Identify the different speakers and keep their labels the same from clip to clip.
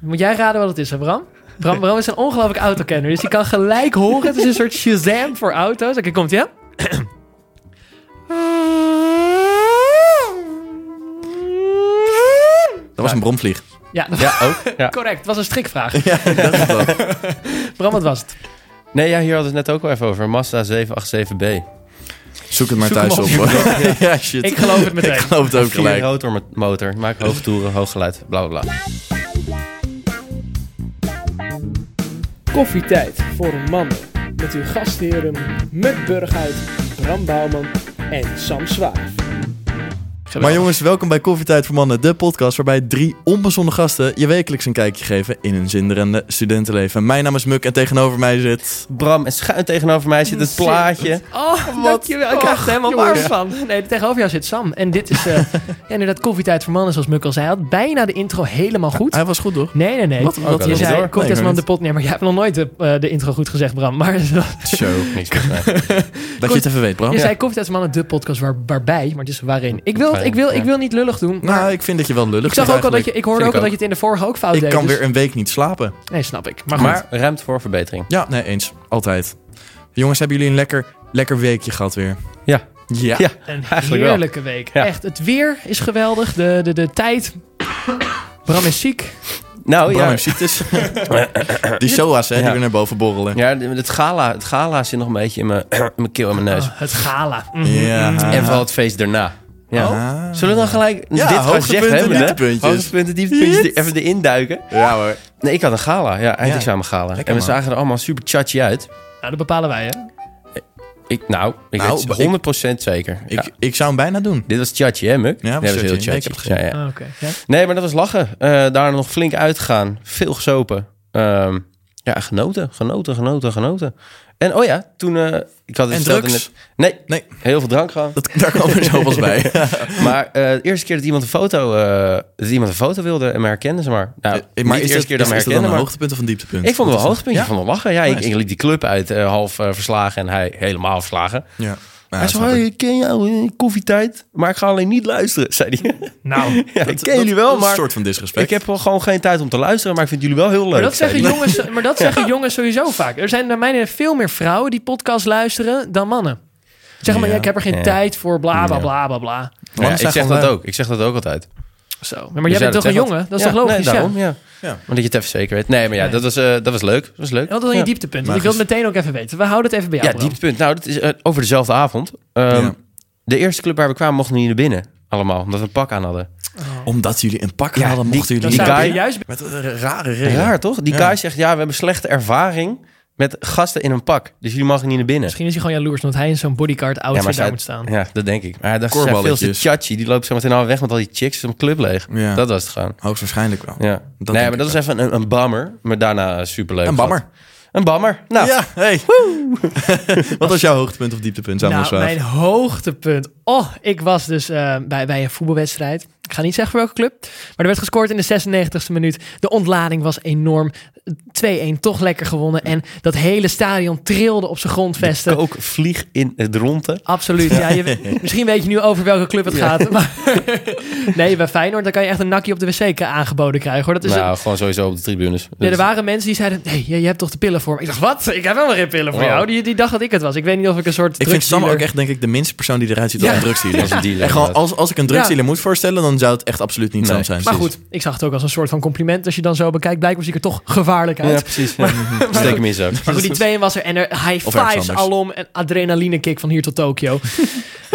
Speaker 1: Moet jij raden wat het is, hè, Bram? Bram, Bram is een ongelooflijk autokenner, dus die kan gelijk horen. Het is een soort Shazam voor auto's. Oké, komt ie, hè?
Speaker 2: Dat was een bromvlieg.
Speaker 1: Ja, dat-
Speaker 2: Ja, ook.
Speaker 3: Ja.
Speaker 1: correct. Het was een strikvraag.
Speaker 2: Ja, dat is het ook.
Speaker 1: Bram, wat was het?
Speaker 3: Nee, ja, hier hadden we het net ook al even over. Mazda 787B.
Speaker 2: Zoek het maar
Speaker 1: Zoek
Speaker 2: thuis
Speaker 1: hem
Speaker 2: op.
Speaker 1: op.
Speaker 2: hoor. ja, shit.
Speaker 1: Ik geloof het meteen.
Speaker 2: Ik geloof het ook
Speaker 3: Vier
Speaker 2: gelijk.
Speaker 3: rotor met motor. Maak hoofdtoeren, hoog geluid, bla bla bla.
Speaker 4: Koffietijd voor mannen. Met uw gastheren Muk Burghuis, Bram Bouwman en Sam Zwaar.
Speaker 2: Maar jongens, welkom bij Koffietijd voor Mannen, de podcast waarbij drie onbezonnen gasten je wekelijks een kijkje geven in een zinderende studentenleven. Mijn naam is Muk en tegenover mij zit...
Speaker 3: Bram, en schuin tegenover mij zit het plaatje.
Speaker 1: Oh, dankjewel. Ik krijg er helemaal warm van. Nee, tegenover jou zit Sam. En dit is eh ja, inderdaad koffietijd voor mannen, zoals Muk al zei. Hij had bijna de intro helemaal goed.
Speaker 2: Hij was goed, toch?
Speaker 1: Nee, nee, nee.
Speaker 2: Wat?
Speaker 1: Want
Speaker 3: Oké,
Speaker 1: je
Speaker 3: dat is
Speaker 1: zei,
Speaker 3: door.
Speaker 1: komt
Speaker 2: Nee, Oh,
Speaker 1: eens
Speaker 2: maar
Speaker 1: man de pot. Nee, maar jij hebt nog nooit de, eh, de intro goed gezegd, Bram. Maar
Speaker 2: Show.
Speaker 3: Niks mis mee.
Speaker 2: Dat je het even weet, Bram.
Speaker 1: je zei koffietijd voor mannen, de podcast waar, waarbij. Maar het is waarin. Ik wil, ik wil, ik wil niet lullig doen. Maar
Speaker 2: Nou, ik vind dat je wel lullig
Speaker 1: ik zag
Speaker 2: bent
Speaker 1: ook al dat je,
Speaker 2: eigenlijk.
Speaker 1: ik hoorde ook
Speaker 3: Vind ik
Speaker 1: al dat
Speaker 3: ook.
Speaker 1: je het in de vorige ook fout
Speaker 2: Ik
Speaker 1: deed.
Speaker 2: kan
Speaker 1: dus-
Speaker 2: weer een week niet slapen.
Speaker 1: Nee, snap ik. Maar goed.
Speaker 3: Maar ruimte voor verbetering.
Speaker 2: Ja, nee, eens. Altijd. Jongens, hebben jullie een lekker, lekker weekje gehad weer?
Speaker 3: Ja.
Speaker 2: Ja.
Speaker 3: Ja.
Speaker 1: Een
Speaker 3: Eigenlijk wel.
Speaker 1: heerlijke week.
Speaker 3: Ja.
Speaker 1: Echt, het weer is geweldig. De, de, de tijd. Bram is ziek. Oh,
Speaker 3: Nou
Speaker 2: Bram
Speaker 3: ja,
Speaker 2: heeft ziektes. die SOA's, hè, die
Speaker 3: Ja.
Speaker 2: weer naar boven borrelen.
Speaker 3: ja het, gala, het gala zit nog een beetje in mijn, in mijn keel en mijn neus.
Speaker 2: Ah.
Speaker 1: Oh, het gala. Mhm.
Speaker 2: Ja.
Speaker 3: En vooral het feest daarna. Ja.
Speaker 2: Ah.
Speaker 3: Zullen we dan gelijk
Speaker 2: Ja,
Speaker 3: dit gaan
Speaker 2: hoogtepunten,
Speaker 3: zeggen hebben? hè?
Speaker 2: dieptepuntjes.
Speaker 3: Hoogtepunten, dieptepuntjes,
Speaker 2: Yes.
Speaker 3: die- even erin duiken.
Speaker 2: Ja hoor.
Speaker 3: Nee, ik had een gala. Ja, eindexamen gala.
Speaker 2: Lekker,
Speaker 3: en we
Speaker 2: man.
Speaker 3: zagen er allemaal super chatje uit.
Speaker 1: Nou, dat bepalen wij, hè?
Speaker 3: Ik, nou, ik
Speaker 2: Nou,
Speaker 3: weet
Speaker 2: maar ik-
Speaker 3: 100% zeker.
Speaker 2: Ik,
Speaker 3: Ja.
Speaker 2: ik zou hem bijna doen.
Speaker 3: Dit was chatje, hè, Muk?
Speaker 2: Ja, was
Speaker 3: dat was heel
Speaker 2: chatje. Nee, ik
Speaker 3: chatje.
Speaker 2: heb het gezien.
Speaker 3: Ja, ja.
Speaker 1: Ah, Oké. Ja?
Speaker 3: Nee, maar dat was lachen. Eh, daarna nog flink uitgegaan. Veel gesopen. Ehm, ja, genoten, genoten, genoten, genoten. En oh ja, toen... eh, ik had het
Speaker 2: En
Speaker 3: verteld
Speaker 2: drugs?
Speaker 3: in het- Nee,
Speaker 2: Nee.
Speaker 3: heel veel drank gehad.
Speaker 2: Dat, daar komen we zo pas bij.
Speaker 3: Maar eh, de eerste keer dat iemand een foto, eh, dat iemand een foto wilde en me herkende ze maar. Nou,
Speaker 2: Eh, maar
Speaker 3: maar
Speaker 2: is
Speaker 3: niet de eerste
Speaker 2: dat,
Speaker 3: keer
Speaker 2: is, is
Speaker 3: dat me
Speaker 2: dat dan
Speaker 3: herkende,
Speaker 2: een
Speaker 3: maar
Speaker 2: hoogtepunt of een dieptepunt?
Speaker 3: ik vond het wel een
Speaker 2: Wat is
Speaker 3: hoogtepuntje
Speaker 2: dat?
Speaker 3: van de lachen. Ja, ik,
Speaker 2: Nice.
Speaker 3: ik liep die club uit, eh, half eh, verslagen en hij helemaal verslagen.
Speaker 2: Ja. Ja. Ja,
Speaker 3: hij
Speaker 2: snap
Speaker 3: zei,
Speaker 2: ik.
Speaker 3: hey, ik ken jou, eh, koffietijd, maar ik ga alleen niet luisteren, zei hij.
Speaker 1: Nou,
Speaker 3: ja, ik
Speaker 2: Dat-
Speaker 3: ken
Speaker 2: dat-
Speaker 3: jullie
Speaker 2: dat
Speaker 3: wel,
Speaker 2: is een
Speaker 3: maar
Speaker 2: soort van
Speaker 3: ik
Speaker 2: disrespect.
Speaker 3: heb wel gewoon geen tijd om te luisteren, maar ik vind jullie wel heel leuk.
Speaker 1: maar dat,
Speaker 3: zei
Speaker 1: zeggen
Speaker 3: hij.
Speaker 1: jongens, maar dat zeggen jongens sowieso vaak. Er zijn naar mijn idee veel meer vrouwen die podcast luisteren dan mannen. Zeg maar,
Speaker 2: Ja.
Speaker 1: ja, ik heb er geen
Speaker 3: Ja.
Speaker 1: tijd voor, bla, bla,
Speaker 3: Ja.
Speaker 1: bla, bla, bla.
Speaker 3: Ja,
Speaker 2: Mannen
Speaker 3: ik
Speaker 2: zijn
Speaker 3: zeg
Speaker 2: gewoon
Speaker 3: dat
Speaker 2: lui.
Speaker 3: ook. Ik zeg dat ook altijd.
Speaker 1: Zo. Maar, jij bent toch een jongen? Dat is
Speaker 3: Ja,
Speaker 1: toch logisch,
Speaker 3: nee,
Speaker 1: ja?
Speaker 3: daarom, ja.
Speaker 2: Ja.
Speaker 3: Maar dat je het even zeker weet. Nee, maar ja,
Speaker 1: Nee.
Speaker 3: dat was, eh, dat was leuk. Dat was leuk.
Speaker 1: En Wat is dan je
Speaker 3: Ja.
Speaker 1: dieptepunt? Want ik wil
Speaker 2: Magisch.
Speaker 1: het meteen ook even weten. We houden het even bij jou,
Speaker 3: Ja,
Speaker 1: Bram.
Speaker 3: dieptepunt. Nou, dat is eh, over dezelfde avond. Ehm,
Speaker 2: Ja.
Speaker 3: De eerste club waar we kwamen mochten we niet naar binnen. Allemaal, omdat we een pak aan hadden.
Speaker 2: Omdat jullie een pak
Speaker 3: Ja,
Speaker 2: hadden,
Speaker 3: die-
Speaker 2: mochten
Speaker 1: Dan
Speaker 2: jullie
Speaker 3: die
Speaker 1: zijn we
Speaker 2: niet.
Speaker 3: guy-
Speaker 1: hier juist bij.
Speaker 2: Met een rare reden.
Speaker 3: Raar, toch? Die
Speaker 2: Ja.
Speaker 3: guy zegt, ja, we hebben slechte ervaring met gasten in een pak. Dus jullie mogen niet naar binnen.
Speaker 1: Misschien is hij gewoon jaloers, omdat hij in zo'n bodyguard
Speaker 3: ja,
Speaker 1: outfit
Speaker 3: maar
Speaker 1: daar
Speaker 3: zij-
Speaker 1: moet staan.
Speaker 3: Ja, dat denk ik. Maar hij dacht, ze zijn veel te
Speaker 2: Korballetjes.
Speaker 3: tjatchi. Die loopt zo meteen al weg met al die chicks. om club leeg.
Speaker 2: Ja.
Speaker 3: Dat was het gewoon.
Speaker 2: Hoogstwaarschijnlijk wel.
Speaker 3: Ja.
Speaker 2: denk
Speaker 3: nee,
Speaker 2: ik
Speaker 3: maar dat is even een, een bammer. Maar daarna superleuk.
Speaker 2: Een
Speaker 3: gehad.
Speaker 2: bammer.
Speaker 3: Een bammer. Nou,
Speaker 2: Ja, hey. Wat was jouw hoogtepunt of dieptepunt, Samuel
Speaker 1: Nou,
Speaker 2: Zwaaf?
Speaker 1: mijn hoogtepunt. Oh, ik was dus eh, bij, bij een voetbalwedstrijd. Ik ga niet zeggen voor welke club. Maar er werd gescoord in de 96e minuut. De ontlading was enorm. 2-1, toch lekker gewonnen. En dat hele stadion trilde op zijn grondvesten.
Speaker 3: ook vlieg in het ronde.
Speaker 1: Absoluut. Ja, je, misschien weet je nu over welke club het gaat. Maar nee, bij Feyenoord dan kan je echt een nakkie op de wc aangeboden krijgen. Hoor. Dat is een-
Speaker 3: Nou, gewoon sowieso op de tribunes.
Speaker 1: Nee, er
Speaker 3: Dus-
Speaker 1: waren mensen die zeiden, nee, je, je hebt toch de pillen voor me? Ik dacht, wat? Ik heb helemaal geen pillen voor
Speaker 3: Wow.
Speaker 1: jou. Die, die dacht dat ik het was. Ik weet niet of ik een soort
Speaker 2: Oh. Ik vind Sam
Speaker 1: drugsdealer-
Speaker 2: ook echt, denk ik, de minste persoon die eruit ziet als
Speaker 1: Ja.
Speaker 2: een drugsdealer.
Speaker 3: Als een dealer,
Speaker 2: Echt gewoon,
Speaker 3: inderdaad.
Speaker 2: als, als ik een drugsdealer moet voorstellen, dan zou het echt absoluut niet
Speaker 3: Nee,
Speaker 2: Sam zijn.
Speaker 1: Maar goed, ik zag het ook als een soort van compliment. Als je dan zo bekijkt, blijkbaar zie ik er toch gevaarlijk uit.
Speaker 3: Ja, precies. Ja. Steek hem in zo.
Speaker 1: Maar goed, die tweeën was er en er high
Speaker 2: Of ergens
Speaker 1: fives
Speaker 2: anders.
Speaker 1: alom en adrenaline kick van hier tot Tokio.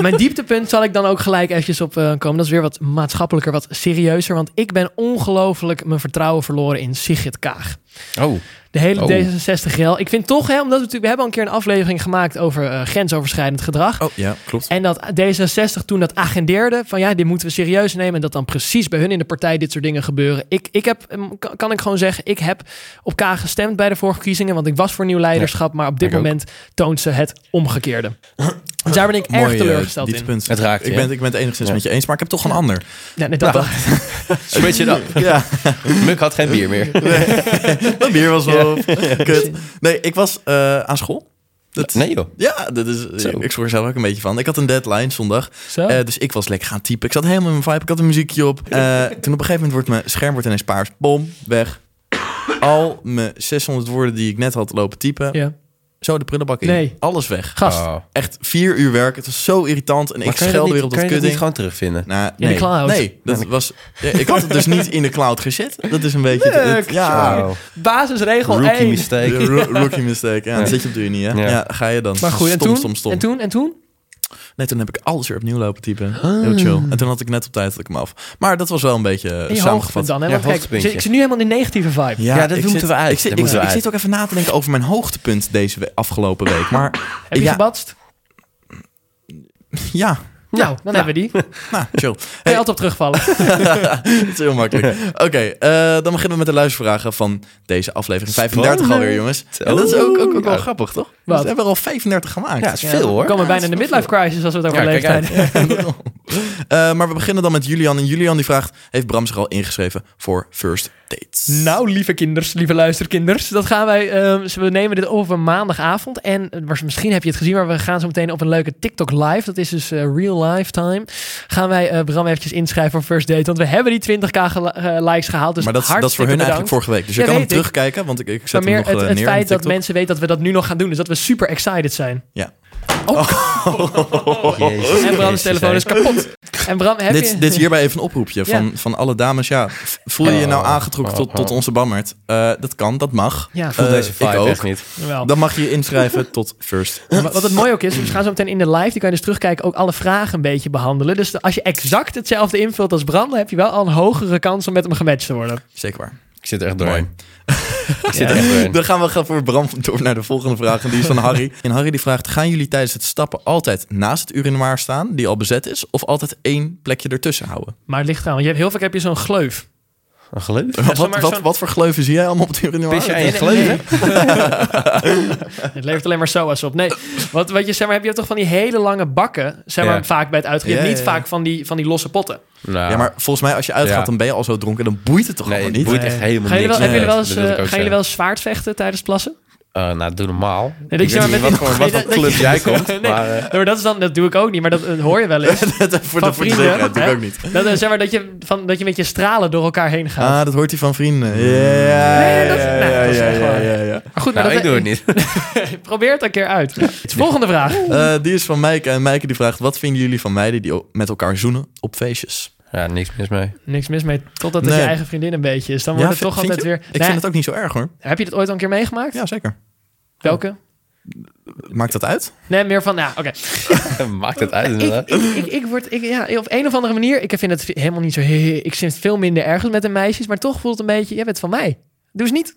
Speaker 1: Mijn dieptepunt zal ik dan ook gelijk eventjes op eh, komen. Dat is weer wat maatschappelijker, wat serieuzer. Want ik ben ongelooflijk mijn vertrouwen verloren in Sigrid Kaag.
Speaker 3: Oh,
Speaker 1: De hele
Speaker 3: Oh.
Speaker 1: D66-rel. Ik vind toch, hè, omdat we, natuurlijk, we hebben al een keer een aflevering gemaakt over eh, grensoverschrijdend gedrag.
Speaker 2: Oh, ja, klopt.
Speaker 1: En dat D66 toen dat agendeerde van ja, dit moeten we serieus nemen. En dat dan precies bij hun in de partij dit soort dingen gebeuren. Ik, ik heb, mm, kan- kan ik gewoon zeggen, ik heb op K gestemd bij de vorige verkiezingen. Want ik was voor nieuw leiderschap. Maar op dit
Speaker 3: ik ook.
Speaker 1: moment toont ze het omgekeerde. Dus daar ben ik erg
Speaker 2: eh,
Speaker 1: teleurgesteld in.
Speaker 2: dieptepunt.
Speaker 3: Het raakt je,
Speaker 2: Ik ben, ik ben het enigszins met je eens, maar ik heb toch een ander.
Speaker 1: Ja, net
Speaker 3: Nou,
Speaker 1: dat wel.
Speaker 3: switch it up.
Speaker 2: Ja,
Speaker 3: Muk had geen bier meer.
Speaker 2: dat bier was wel op. Kut. Nee, ik was eh, aan school. Dat,
Speaker 3: Nee joh.
Speaker 2: Ja, dat is,
Speaker 3: Zo.
Speaker 2: ik schrok er zelf ook een beetje van. Ik had een deadline zondag.
Speaker 1: Zo.
Speaker 2: Eh, dus ik was lekker gaan typen. Ik zat helemaal in mijn vibe. Ik had een muziekje op. Eh, toen op een gegeven moment wordt mijn scherm wordt ineens paars. Bom, weg. al mijn 600 woorden die ik net had lopen typen,
Speaker 1: Ja.
Speaker 2: zo de prullenbak in.
Speaker 1: Nee.
Speaker 2: Alles weg.
Speaker 1: Gast.
Speaker 3: Oh.
Speaker 2: Echt vier uur werk. Het was zo irritant. En
Speaker 3: Maar
Speaker 2: ik
Speaker 3: kan je
Speaker 2: schelde
Speaker 3: niet-
Speaker 2: weer op dat
Speaker 3: Kan je dat
Speaker 2: kutding.
Speaker 3: niet gewoon terugvinden?
Speaker 2: Nou,
Speaker 1: de
Speaker 2: nee.
Speaker 1: cloud.
Speaker 2: Nee, dat was, ja, ik had het dus niet in de cloud gezet. Dat is een beetje... het- het-
Speaker 1: Leuk,
Speaker 2: ja,
Speaker 3: Wow.
Speaker 1: Basisregel
Speaker 3: Oh, Rookie
Speaker 1: 1.
Speaker 3: mistake.
Speaker 2: De ro- rookie mistake. Ja, dan
Speaker 3: Ja.
Speaker 2: zit je op de unie, hè? Ja.
Speaker 3: Ja.
Speaker 2: ga je dan.
Speaker 1: Maar goed, en
Speaker 2: stom,
Speaker 1: toen?
Speaker 2: stom, stom.
Speaker 1: En toen? Ah. En toen?
Speaker 3: Eh,
Speaker 2: Nee, toen heb ik alles weer opnieuw lopen typen. Heel chill. En toen had ik net op tijd dat ik hem af. Maar dat was wel een beetje eh,
Speaker 1: In je hoogtepunt
Speaker 2: samengevat.
Speaker 1: dan, hè?
Speaker 3: Ja,
Speaker 1: Want kijk, ik
Speaker 3: hoogtepuntje.
Speaker 1: zit, ik zit nu helemaal in de negatieve vibe.
Speaker 3: Ja, dat
Speaker 2: ik
Speaker 3: moeten
Speaker 2: zit-
Speaker 3: we uit.
Speaker 2: Ik zit,
Speaker 3: Dat
Speaker 2: ik,
Speaker 3: moeten we
Speaker 2: ik
Speaker 3: uit.
Speaker 2: zit ook even na te denken over mijn hoogtepunt deze we- afgelopen week. Maar
Speaker 1: Heb je
Speaker 2: Ja.
Speaker 1: gebatst?
Speaker 2: ja,
Speaker 1: Nou, dan hebben we die. Kun
Speaker 2: nou, chill.
Speaker 1: je
Speaker 2: Hey.
Speaker 1: altijd op terugvallen.
Speaker 2: Het is heel makkelijk. Oké, eh, dan beginnen we met de luistervragen van deze aflevering. 35
Speaker 3: Spannend.
Speaker 2: alweer, jongens. En dat is ook, ook, ook wel
Speaker 3: Ja.
Speaker 2: grappig, toch?
Speaker 1: Wat?
Speaker 2: Dus We hebben er al 35 gemaakt.
Speaker 3: Ja, dat is veel
Speaker 1: We
Speaker 3: hoor.
Speaker 1: komen bijna in de midlife crisis als we het over
Speaker 3: Ja, kijk
Speaker 1: leeftijd hebben.
Speaker 2: Eh, maar we beginnen dan met Julian. En Julian die vraagt, heeft Bram zich al ingeschreven voor first dates?
Speaker 1: Nou, lieve kinders, lieve luisterkinders. Dat gaan wij, ehm, we nemen dit over maandagavond. En eh, waars- misschien heb je het gezien, maar we gaan zo meteen op een leuke TikTok live. Dat is dus eh, real life time. Gaan wij eh, Bram eventjes inschrijven voor First Date. Want we hebben die 20k gel- eh, likes gehaald. Dus
Speaker 2: maar dat, is- dat is voor
Speaker 1: hartstikke
Speaker 2: hun
Speaker 1: bedankt.
Speaker 2: eigenlijk vorige week. Dus je
Speaker 1: Ja,
Speaker 2: kan hem
Speaker 1: weet ik.
Speaker 2: terugkijken, want ik, ik zet
Speaker 1: Maar meer
Speaker 2: hem nog
Speaker 1: het,
Speaker 2: eh,
Speaker 1: het
Speaker 2: neer
Speaker 1: feit
Speaker 2: in
Speaker 1: dat mensen weten dat we dat nu nog gaan doen. Dus dat we super excited zijn.
Speaker 3: Oh, Jezus
Speaker 1: En Bram's
Speaker 3: Christus,
Speaker 1: telefoon
Speaker 3: hè.
Speaker 1: is kapot. En Bram, heb je...
Speaker 2: Dit, dit is hierbij even een oproepje van, van alle dames. Ja, v- voel je je nou
Speaker 3: Oh,
Speaker 2: aangetrokken
Speaker 3: oh,
Speaker 2: tot, tot
Speaker 3: oh.
Speaker 2: onze bammerd? Eh, dat kan, dat mag.
Speaker 1: Ja,
Speaker 3: Voel
Speaker 2: Eh,
Speaker 3: deze vibe
Speaker 2: ik ook.
Speaker 3: echt niet.
Speaker 1: jawel.
Speaker 2: Dan mag je je inschrijven tot first.
Speaker 1: Maar Wat het mooi ook is, we gaan zo meteen in de live, die kan je dus terugkijken, ook alle vragen een beetje behandelen. Dus als je exact hetzelfde invult als Bram, dan heb je wel al een hogere kans om met hem gematcht te worden.
Speaker 2: Zeker waar.
Speaker 3: Ik zit er echt
Speaker 2: Mooi.
Speaker 3: doorheen. Ik zit er echt doorheen.
Speaker 2: Dan gaan we gaan voor Bram door naar de volgende vraag. En die is van Harry. En Harry die vraagt, gaan jullie tijdens het stappen altijd naast het urinoir staan, die al bezet is, of altijd één plekje ertussen houden?
Speaker 1: Maar het ligt aan, want je hebt, heel vaak heb je zo'n gleuf.
Speaker 3: Een geleuf?
Speaker 2: Wat,
Speaker 3: Zeg maar
Speaker 2: wat,
Speaker 3: zo'n
Speaker 2: wat voor gleuven zie jij allemaal op het urinoir?
Speaker 3: Pis jij in je
Speaker 1: Nee, nee,
Speaker 3: gleuf? hè?
Speaker 1: Het levert alleen maar soas op. Nee, wat, wat je zeg maar, heb je toch van die hele lange bakken, zeg maar,
Speaker 3: Ja.
Speaker 1: vaak bij het uitgaan. Je hebt
Speaker 2: Ja,
Speaker 1: niet
Speaker 2: ja, ja.
Speaker 1: vaak van die, van die losse potten.
Speaker 3: Nou,
Speaker 2: Ja, maar volgens mij als je uitgaat,
Speaker 3: Ja.
Speaker 2: dan ben je al zo dronken. Dan boeit het toch
Speaker 3: nee,
Speaker 2: allemaal
Speaker 3: het
Speaker 2: niet?
Speaker 3: boeit echt helemaal
Speaker 1: Gaan jullie
Speaker 3: niks.
Speaker 1: wel, hebben
Speaker 3: Nee,
Speaker 1: jullie wel eens,
Speaker 3: dat wil ik
Speaker 1: eh,
Speaker 3: ook
Speaker 1: gaan jullie
Speaker 3: zeggen.
Speaker 1: wel eens zwaardvechten tijdens plassen?
Speaker 3: Eh, nou, doe normaal.
Speaker 1: dat
Speaker 3: ik
Speaker 1: je maar
Speaker 3: weet niet
Speaker 1: met
Speaker 3: wat
Speaker 1: die-
Speaker 3: voor
Speaker 1: nee,
Speaker 3: wat voor
Speaker 1: dat-
Speaker 3: club jij komt.
Speaker 1: Nee.
Speaker 3: Maar eh,
Speaker 1: Nee, maar dat, is dan, dat doe ik ook niet, maar dat eh, hoor je wel eens.
Speaker 2: dat, voor, de,
Speaker 1: Van
Speaker 2: voor de
Speaker 1: vrienden,
Speaker 2: zekerheid doe ik
Speaker 1: hè?
Speaker 2: ook niet.
Speaker 1: Dat, eh, zeg maar, dat, je, van, dat je met je stralen door elkaar heen gaat.
Speaker 2: Ah, dat hoort hij van vrienden. Ja,
Speaker 1: Nee, dat-
Speaker 2: ja,
Speaker 1: nou,
Speaker 2: ja,
Speaker 1: dat is
Speaker 2: ja,
Speaker 1: echt
Speaker 2: ja,
Speaker 1: waar.
Speaker 2: ja, ja.
Speaker 1: Maar goed, maar
Speaker 3: nou,
Speaker 1: dat,
Speaker 3: ik doe het niet.
Speaker 1: Probeer het een keer uit. Volgende vraag.
Speaker 2: Eh, die is van Mijke. En Mijke die vraagt, wat vinden jullie van meiden die o- met elkaar zoenen op feestjes?
Speaker 3: Ja, niks mis mee.
Speaker 1: Niks mis mee, totdat het
Speaker 2: Nee.
Speaker 1: je eigen vriendin een beetje is. Dan wordt het
Speaker 2: vind-
Speaker 1: toch
Speaker 2: vind
Speaker 1: altijd
Speaker 2: je?
Speaker 1: weer...
Speaker 2: Ik
Speaker 1: Nou,
Speaker 2: vind het ook niet zo erg hoor.
Speaker 1: Heb je dat ooit al een keer meegemaakt?
Speaker 2: Ja, zeker.
Speaker 1: Welke?
Speaker 2: Maakt dat uit?
Speaker 1: Nee, meer van... Ja, oké.
Speaker 3: Maakt het uit,
Speaker 1: Ik,
Speaker 3: inderdaad.
Speaker 1: ik, ik, ik word... Ik, ja, op een of andere manier... Ik vind het helemaal niet zo... Ik vind het veel minder ergens met de meisjes. Maar toch voelt het een beetje... Jij bent van mij. Doe eens niet.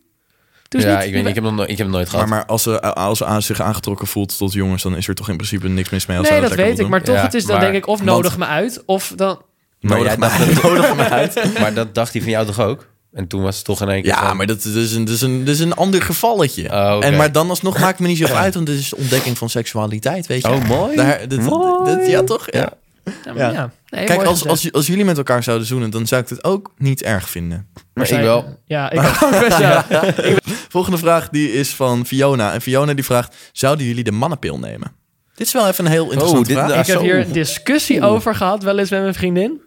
Speaker 1: Doe eens
Speaker 3: Ja,
Speaker 1: niet.
Speaker 3: ik weet niet. Ik heb hem nooit, ik heb hem nooit
Speaker 2: Maar,
Speaker 3: gehad.
Speaker 2: maar als ze, als ze aan zich aangetrokken voelt tot jongens, dan is er toch in principe niks mis mee als
Speaker 1: nee,
Speaker 2: ze
Speaker 1: dat weet ik. Maar toch,
Speaker 3: Ja,
Speaker 1: het is dan
Speaker 3: maar-
Speaker 1: denk ik... Of
Speaker 2: want-
Speaker 1: nodig me uit, of dan...
Speaker 2: Maar
Speaker 3: Maar
Speaker 2: nodig
Speaker 3: jij
Speaker 2: mij
Speaker 3: dacht dat-
Speaker 2: nodig mij uit.
Speaker 3: Maar dat dacht hij van jou toch ook? En toen was het toch in één keer
Speaker 2: Ja,
Speaker 3: van-
Speaker 2: maar dat, dat, is een, dat, is een, dat is een ander gevalletje.
Speaker 3: Oh, oké.
Speaker 2: en, maar dan alsnog maakt het me niet zoveel uit, want dit is de ontdekking van seksualiteit, weet je.
Speaker 3: Oh, mooi.
Speaker 2: Daar, dit,
Speaker 3: Mooi.
Speaker 2: dit- ja, toch? Ja.
Speaker 1: Ja, maar
Speaker 2: Ja.
Speaker 1: ja. Nee,
Speaker 2: Kijk,
Speaker 1: mooi
Speaker 2: als,
Speaker 1: gezegd.
Speaker 2: als, als jullie met elkaar zouden zoenen, dan zou ik het ook niet erg vinden.
Speaker 3: Maar ik
Speaker 1: Zij-
Speaker 3: wel.
Speaker 1: Ja, ik ook best wel.
Speaker 2: Volgende vraag die is van Fiona. En Fiona die vraagt, zouden jullie de mannenpil nemen? Dit is wel even een heel interessante
Speaker 3: dit-
Speaker 2: vraag.
Speaker 3: Ah,
Speaker 1: Ik heb
Speaker 3: zo.
Speaker 1: hier een discussie
Speaker 3: Oeh.
Speaker 1: over gehad, wel eens met mijn vriendin.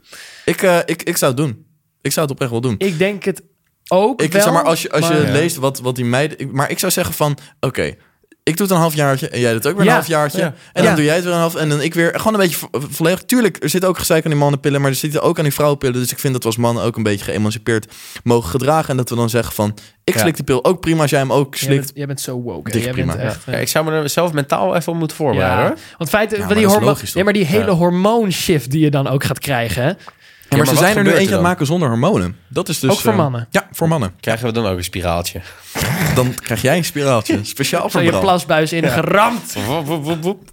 Speaker 2: Ik, eh, ik, ik zou het doen. Ik zou het oprecht wel doen.
Speaker 1: Ik denk het ook
Speaker 2: Ik,
Speaker 1: wel.
Speaker 2: zeg maar, als je, als je
Speaker 1: maar-
Speaker 3: Ja.
Speaker 2: leest wat, wat die meiden... ik- maar ik zou zeggen van, oké, ik doe het een halfjaartje en jij doet ook weer een
Speaker 1: Ja.
Speaker 2: halfjaartje.
Speaker 3: Ja.
Speaker 2: En dan
Speaker 1: Ja.
Speaker 2: doe jij het weer een half en dan ik weer. Gewoon een beetje vo- volledig. Tuurlijk, er zit ook gezeik aan die mannenpillen, maar er zitten ook aan die vrouwenpillen. Dus ik vind dat we als mannen ook een beetje geëmancipeerd mogen gedragen. En dat we dan zeggen van, ik
Speaker 3: Ja.
Speaker 2: slik die pil ook prima als jij hem ook
Speaker 1: Jij bent,
Speaker 2: slikt.
Speaker 1: jij bent zo woke. hè.
Speaker 2: Dik
Speaker 1: Jij bent
Speaker 2: prima.
Speaker 1: echt... eh,
Speaker 3: Ja, ik zou me er zelf mentaal even op moeten voorbereiden.
Speaker 1: Ja,
Speaker 3: hoor.
Speaker 1: want feit,
Speaker 2: maar
Speaker 1: wat die
Speaker 2: dat is
Speaker 1: hormo-
Speaker 2: logisch, toch?
Speaker 1: nee, maar die hele
Speaker 3: Ja.
Speaker 1: hormoonshift die je dan ook gaat krijgen. Hè?
Speaker 2: Ja, maar
Speaker 3: maar
Speaker 2: ze
Speaker 3: wat
Speaker 2: zijn er nu
Speaker 3: gebeurt er
Speaker 2: eentje aan het
Speaker 3: dan?
Speaker 2: maken zonder hormonen. Dat is dus...
Speaker 1: Ook voor
Speaker 2: eh,
Speaker 1: mannen.
Speaker 2: Ja, voor mannen.
Speaker 3: Krijgen we dan ook een spiraaltje?
Speaker 2: Dan krijg jij een spiraaltje. Speciaal
Speaker 1: Zo
Speaker 2: voor
Speaker 1: je
Speaker 2: Bram.
Speaker 1: plasbuis in geramd.
Speaker 3: Woep, woep, woep, woep.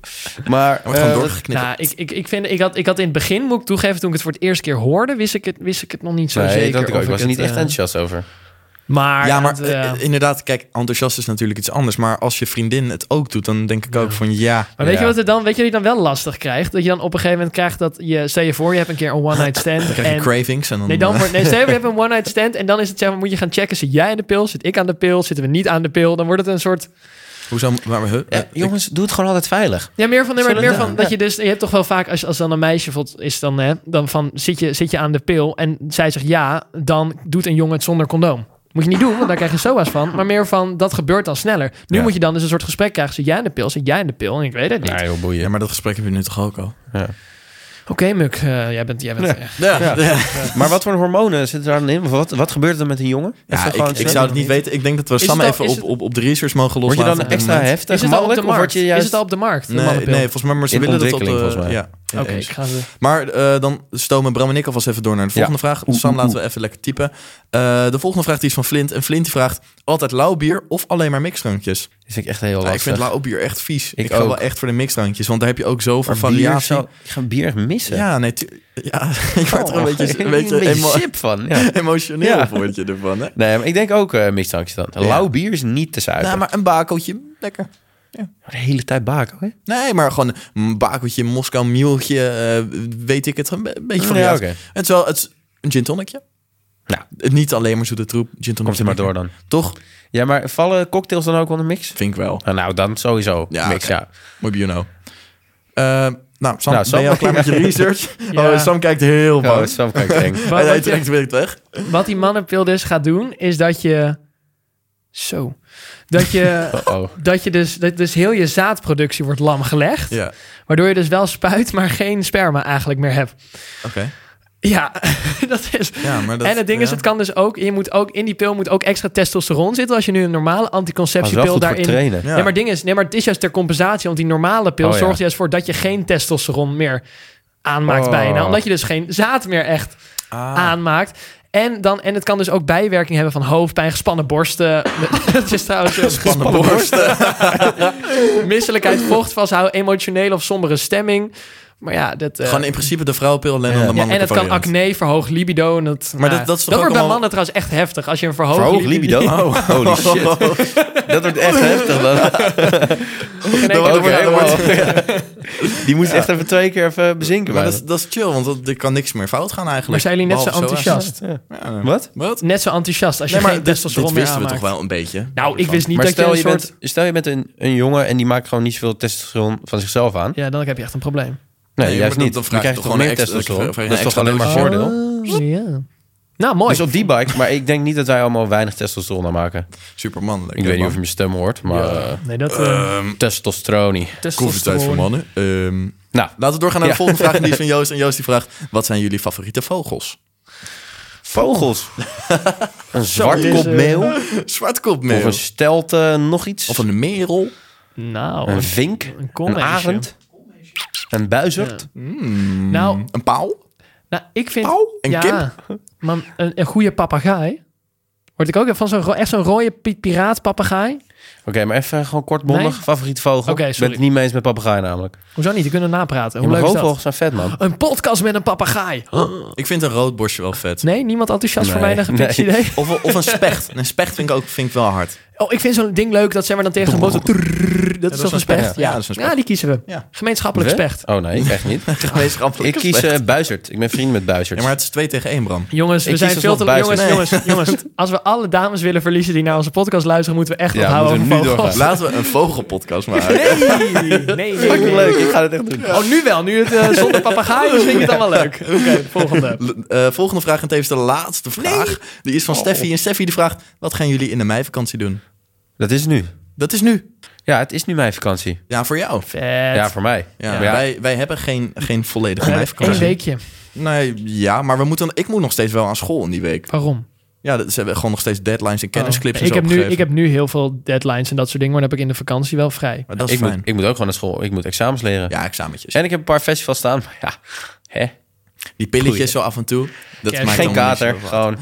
Speaker 3: Maar
Speaker 2: Hij wordt gewoon
Speaker 3: eh,
Speaker 2: doorgeknipt.
Speaker 1: Nou, ik, ik, ik, vind, ik, had, ik had in het begin, moet ik toegeven, toen ik het voor het eerst keer hoorde, wist ik het, wist ik het nog niet zo
Speaker 3: nee,
Speaker 1: zeker.
Speaker 3: dat ik ook.
Speaker 1: of
Speaker 3: Ik was er
Speaker 1: het,
Speaker 3: niet echt
Speaker 1: eh,
Speaker 3: enthousiast over.
Speaker 1: Maar,
Speaker 2: ja, maar
Speaker 1: het, eh,
Speaker 2: eh, inderdaad, kijk, enthousiast is natuurlijk iets anders. Maar als je vriendin het ook doet, dan denk ik ook van eh, ja.
Speaker 1: Maar weet
Speaker 3: Ja.
Speaker 1: je wat het dan, weet je, wat je dan wel lastig krijgt? Dat je dan op een gegeven moment krijgt dat je, stel je voor, je hebt een keer een one-night stand.
Speaker 2: Dan krijg je
Speaker 1: en-
Speaker 2: cravings en dan...
Speaker 1: Nee, dan
Speaker 2: eh,
Speaker 1: wordt, nee, stel je voor, je hebt een one-night stand en dan is het zeg maar, moet je gaan checken, zit jij aan de pil, zit ik aan de pil, zitten we niet aan de pil, dan wordt het een soort,
Speaker 2: hoezo? Maar, huh? Eh,
Speaker 3: Ja, jongens, doe het gewoon altijd veilig.
Speaker 1: ja, meer van, nee, maar
Speaker 3: Zo,
Speaker 1: meer
Speaker 3: ja.
Speaker 1: van dat je dus, je hebt toch wel vaak, als, als dan een meisje bijvoorbeeld is dan, hè, dan van, zit je, zit je aan de pil en zij zegt ja, dan doet een jongen het zonder condoom. Moet je niet doen, want daar krijg je SOA's van. Maar meer van, dat gebeurt dan sneller. Nu
Speaker 2: Ja.
Speaker 1: moet je dan dus een soort gesprek krijgen. Zit jij in de pil? Zit jij in de pil? En ik weet het niet.
Speaker 3: Nee, joh,
Speaker 2: Ja,
Speaker 3: boeien.
Speaker 2: maar dat gesprek heb je nu toch ook al?
Speaker 1: Oké, Muk, eh, jij bent... Jij bent
Speaker 3: Ja. Nou,
Speaker 1: eh,
Speaker 2: Ja,
Speaker 3: Ja. Maar wat voor hormonen zitten daar dan in? Of Wat, wat gebeurt er met een jongen? Even gewoon
Speaker 2: ik, ik
Speaker 3: snel.
Speaker 2: zou het niet weten. Ik denk dat we
Speaker 1: Is
Speaker 2: Sam
Speaker 1: het al-
Speaker 2: even
Speaker 1: is
Speaker 2: op,
Speaker 1: het-
Speaker 2: op, op de research mogen
Speaker 3: Word je
Speaker 2: loslaten.
Speaker 3: dan extra heftig
Speaker 1: is het al op de
Speaker 3: mannelijk? Of word
Speaker 1: markt?
Speaker 3: je juist...
Speaker 1: Is het al op de markt? de
Speaker 2: Nee,
Speaker 1: mannenpil?
Speaker 2: nee, volgens mij, maar ze
Speaker 3: In
Speaker 2: willen dat op de...
Speaker 3: ontwikkeling, volgens mij.
Speaker 2: Ja,
Speaker 1: Oké,
Speaker 2: eens.
Speaker 1: ik ga ze...
Speaker 2: Maar eh, dan stomen Bram en ik alvast even door naar de volgende vraag.
Speaker 3: Oeh,
Speaker 2: Sam
Speaker 3: oeh,
Speaker 2: laten we even lekker typen. Eh, de volgende vraag die is van Flint. En Flint die vraagt, altijd lauw bier of alleen maar mixdrankjes?
Speaker 3: Dat vind ik echt heel
Speaker 2: Ja,
Speaker 3: lastig.
Speaker 2: ik vind lauw bier echt vies. Ik,
Speaker 3: Ik
Speaker 2: ga
Speaker 3: ook.
Speaker 2: wel echt voor de mixdrankjes, want daar heb je ook zoveel
Speaker 3: Maar bier
Speaker 2: variatie.
Speaker 3: zou... Ik ga bier missen.
Speaker 2: Ja, nee, tu- ja, ik word er een
Speaker 3: Oh,
Speaker 2: beetje,
Speaker 3: ik
Speaker 2: een
Speaker 3: word
Speaker 2: beetje emo-
Speaker 3: sip van. Ja.
Speaker 2: emotioneel
Speaker 3: Ja.
Speaker 2: voor word je ervan. Hè?
Speaker 3: Nee, maar ik denk ook eh mixdrankjes dan.
Speaker 2: Ja.
Speaker 3: Lauw bier is niet te zuiver.
Speaker 2: Nou,
Speaker 3: maar...
Speaker 2: maar een bakeltje, lekker.
Speaker 3: De hele tijd baken, hè?
Speaker 2: Nee, maar gewoon een bakeltje, een Moskou Mule'tje, eh, weet ik het, een be- beetje van
Speaker 3: ja,
Speaker 2: ja,
Speaker 3: oké.
Speaker 2: Het is wel het is een gin tonicje.
Speaker 3: Nou.
Speaker 2: Eh, Niet alleen maar zoete troep, gin
Speaker 3: Komt
Speaker 2: tonicje.
Speaker 3: er maar door dan.
Speaker 2: Toch?
Speaker 3: Ja, maar vallen cocktails dan ook onder mix?
Speaker 2: Vind ik wel.
Speaker 3: Ah, nou, dan sowieso.
Speaker 2: Ja,
Speaker 3: mix,
Speaker 2: oké.
Speaker 3: ja.
Speaker 2: Mooi you know. Eh, nou, Sam,
Speaker 3: Nou, Sam-
Speaker 2: ben je al klaar met je research? Oh, Sam kijkt heel
Speaker 3: Oh,
Speaker 2: boos.
Speaker 3: Sam kijkt eng.
Speaker 1: Wat-
Speaker 2: en hij
Speaker 1: wat je-
Speaker 2: trekt weer het weg.
Speaker 1: Wat die mannenpil dus gaat doen, is dat je... Zo. Dat je,
Speaker 3: Oh,
Speaker 1: dat je dus, dat dus heel je zaadproductie wordt lam gelegd.
Speaker 2: Ja,
Speaker 1: Waardoor je dus wel spuit, maar geen sperma eigenlijk meer hebt.
Speaker 2: oké.
Speaker 1: Ja, dat is...
Speaker 2: Ja, maar dat,
Speaker 1: en het ding is,
Speaker 2: ja.
Speaker 1: het kan dus ook, je moet ook in die pil moet ook extra testosteron zitten. Als je nu een normale
Speaker 3: dat is wel
Speaker 1: anticonceptiepil
Speaker 3: goed voor
Speaker 1: daarin.
Speaker 3: trainen.
Speaker 2: Ja.
Speaker 1: Nee, maar het ding is, nee, maar het is juist ter compensatie, want die normale pil
Speaker 3: Oh, ja.
Speaker 1: zorgt juist voor dat je geen testosteron meer aanmaakt
Speaker 3: Oh.
Speaker 1: bijna, omdat je dus geen zaad meer echt
Speaker 2: Ah.
Speaker 1: aanmaakt. En, dan, en het kan dus ook bijwerking hebben van hoofdpijn, gespannen borsten. dat is trouwens een
Speaker 2: Spannen borsten.
Speaker 1: misselijkheid, vocht vasthouden, emotionele of sombere stemming. Maar ja, dat. eh,
Speaker 2: Gewoon in principe de vrouwenpil alleen
Speaker 3: Ja.
Speaker 2: dan de
Speaker 3: Ja,
Speaker 1: ja, en
Speaker 2: mannelijke
Speaker 1: het kan
Speaker 2: variant.
Speaker 1: acne, verhoogd libido. En dat,
Speaker 2: Maar
Speaker 1: nou,
Speaker 2: dat- dat is toch ook
Speaker 1: wordt bij
Speaker 2: allemaal-
Speaker 1: mannen trouwens echt heftig. Als je een verhoogd,
Speaker 3: Verhoogd libido? Oh, holy shit. Dat wordt
Speaker 2: Oh.
Speaker 3: echt heftig dan.
Speaker 1: in één
Speaker 2: Dat
Speaker 1: keer
Speaker 2: wordt-
Speaker 1: door-
Speaker 2: dat wordt-
Speaker 3: Die moest echt even twee keer even bezinken.
Speaker 2: Maar
Speaker 3: bijna.
Speaker 2: dat is, dat is chill, want dat, er kan niks meer fout gaan eigenlijk.
Speaker 1: Maar zijn jullie net zo
Speaker 2: Behalve
Speaker 1: enthousiast?
Speaker 2: Ja, nee.
Speaker 3: Wat?
Speaker 2: Wat?
Speaker 1: Net zo enthousiast als je
Speaker 2: Nee, maar
Speaker 1: geen
Speaker 2: dit, dit
Speaker 1: testosteron meer
Speaker 2: wisten we
Speaker 1: aanmaakt.
Speaker 2: toch wel een beetje.
Speaker 1: Nou, ik wist niet
Speaker 3: Maar
Speaker 1: dat
Speaker 3: stel,
Speaker 1: je
Speaker 3: je
Speaker 1: een soort...
Speaker 3: bent, stel je bent een, een jongen en die maakt gewoon niet zoveel testosteron van zichzelf aan.
Speaker 1: Ja, dan heb je echt een probleem.
Speaker 3: Nee,
Speaker 2: Nee,
Speaker 3: juist
Speaker 2: maar dan- dan
Speaker 3: niet. Dan,
Speaker 2: vraag je
Speaker 3: krijg je
Speaker 2: toch
Speaker 3: toch
Speaker 2: gewoon
Speaker 3: meer
Speaker 2: extra-
Speaker 3: testosteron.
Speaker 2: vraag je
Speaker 3: Dat is toch
Speaker 2: extra
Speaker 3: alleen maar
Speaker 2: dosis.
Speaker 3: voordeel.
Speaker 1: Oh, ja. Nou, mooi.
Speaker 3: Dus op die bike, maar ik denk niet dat wij allemaal weinig testosteron aanmaken.
Speaker 2: Superman.
Speaker 3: Ik weet niet of je mijn stem hoort, maar eh,
Speaker 1: Nee, dat...
Speaker 3: testosteronie.
Speaker 2: Koffietijd voor mannen. Ehm,
Speaker 3: Nou,
Speaker 2: laten we doorgaan naar de
Speaker 3: Ja.
Speaker 2: volgende vraag. En die is van Joost. En Joost die vraagt, wat zijn jullie favoriete vogels?
Speaker 3: vogels. een
Speaker 1: zwartkopmeel.
Speaker 3: zwartkopmeel
Speaker 2: Zwartkopmeel.
Speaker 3: of een stelte, nog iets.
Speaker 2: Of een merel.
Speaker 1: Nou,
Speaker 3: een vink,
Speaker 1: een
Speaker 3: een
Speaker 1: koolmeisje.
Speaker 3: arend, een buizerd.
Speaker 2: Mm,
Speaker 1: Nou-
Speaker 2: Een paal.
Speaker 1: Nou, ik vind...
Speaker 2: Pauw, een
Speaker 1: ja, Man, een, een goede papagaai. Word ik ook even van zo'n ro- echt zo'n rode pi- piraat papagaai?
Speaker 3: Oké, maar even gewoon kortmondig.
Speaker 1: Nee.
Speaker 3: Favoriete vogel?
Speaker 1: Oké,
Speaker 3: Ik
Speaker 1: sorry.
Speaker 3: ben het niet mee eens met papegaai namelijk.
Speaker 1: Hoezo niet? Die kunnen napraten.
Speaker 3: Ja,
Speaker 1: Hoe
Speaker 3: maar
Speaker 1: leuk is dat?
Speaker 3: roofvogels zijn vet, man.
Speaker 1: Een podcast met een papagaai.
Speaker 2: Ik vind een roodborstje wel vet.
Speaker 1: Nee, niemand enthousiast voor
Speaker 3: Nee,
Speaker 1: mij. een
Speaker 3: nee.
Speaker 1: pitch idee.
Speaker 2: Of, of een specht. Een specht vind ik ook vind ik wel hard.
Speaker 1: Oh, ik vind zo'n ding leuk dat zeg maar dan tegen een boot... zo trrrr, Dat is
Speaker 2: dat
Speaker 1: toch
Speaker 2: is
Speaker 1: een
Speaker 2: een
Speaker 1: specht?
Speaker 2: specht. Ja, dat is een specht.
Speaker 1: Ja, die kiezen we.
Speaker 2: Ja.
Speaker 1: Gemeenschappelijk
Speaker 3: Vet?
Speaker 1: specht.
Speaker 3: Oh nee, echt niet. ik
Speaker 2: Gemeenschappelijk
Speaker 3: kies eh buizerd. Ik ben vrienden met buizerd.
Speaker 2: Ja, maar het is twee tegen één, Bram.
Speaker 1: Jongens, we
Speaker 3: Ik kies
Speaker 1: zijn veel te...
Speaker 3: alsnog
Speaker 1: Jongens,
Speaker 3: buiten.
Speaker 1: jongens, jongens. Als we alle dames willen verliezen die naar onze podcast luisteren... moeten we echt
Speaker 3: Ja,
Speaker 1: wat houden
Speaker 3: moeten
Speaker 1: over
Speaker 3: we nu
Speaker 1: vogels.
Speaker 2: Laten we een vogelpodcast maken.
Speaker 1: Nee, nee, nee, nee.
Speaker 3: Fucking leuk, ik ga het echt doen.
Speaker 1: Oh, nu wel. Nu het eh, zonder papegaai is, vind ik het dan wel leuk. Oké, volgende.
Speaker 2: L- eh, volgende vraag en tevens de laatste vraag. Die
Speaker 3: Oh.
Speaker 2: is van Steffi. En Steffi die vraagt, wat gaan jullie in de meivakantie doen?
Speaker 3: Dat is nu.
Speaker 2: Dat is nu.
Speaker 3: Ja, het is nu mijn vakantie.
Speaker 2: Ja, voor jou.
Speaker 1: Vet.
Speaker 3: Ja, voor mij.
Speaker 2: Ja,
Speaker 3: Maar ja,
Speaker 2: Wij, wij hebben geen, geen volledige
Speaker 1: Eh, Eén
Speaker 2: meivakantie.
Speaker 1: weekje.
Speaker 2: Nee, ja, maar we moeten, ik moet nog steeds wel aan school in die week.
Speaker 1: Waarom?
Speaker 2: Ja, dat, ze hebben gewoon nog steeds deadlines
Speaker 3: Oh.
Speaker 2: en kennisclips en
Speaker 1: ik
Speaker 2: zo
Speaker 1: heb, nu,
Speaker 2: opgegeven.
Speaker 1: ik heb nu heel veel deadlines en dat soort dingen, maar dan heb ik in de vakantie wel vrij.
Speaker 2: Maar dat is
Speaker 3: ik,
Speaker 2: fijn.
Speaker 3: moet, ik moet ook gewoon naar school. Ik moet examens leren.
Speaker 2: Ja, examentjes.
Speaker 3: En ik heb een paar festivals staan. Maar ja, hè?
Speaker 2: die pilletjes
Speaker 3: Goeie.
Speaker 2: zo af en toe. Dat
Speaker 1: Kerst.
Speaker 2: maakt
Speaker 3: geen
Speaker 2: allemaal niet
Speaker 3: kater.
Speaker 2: zoveel uit.
Speaker 3: Gewoon.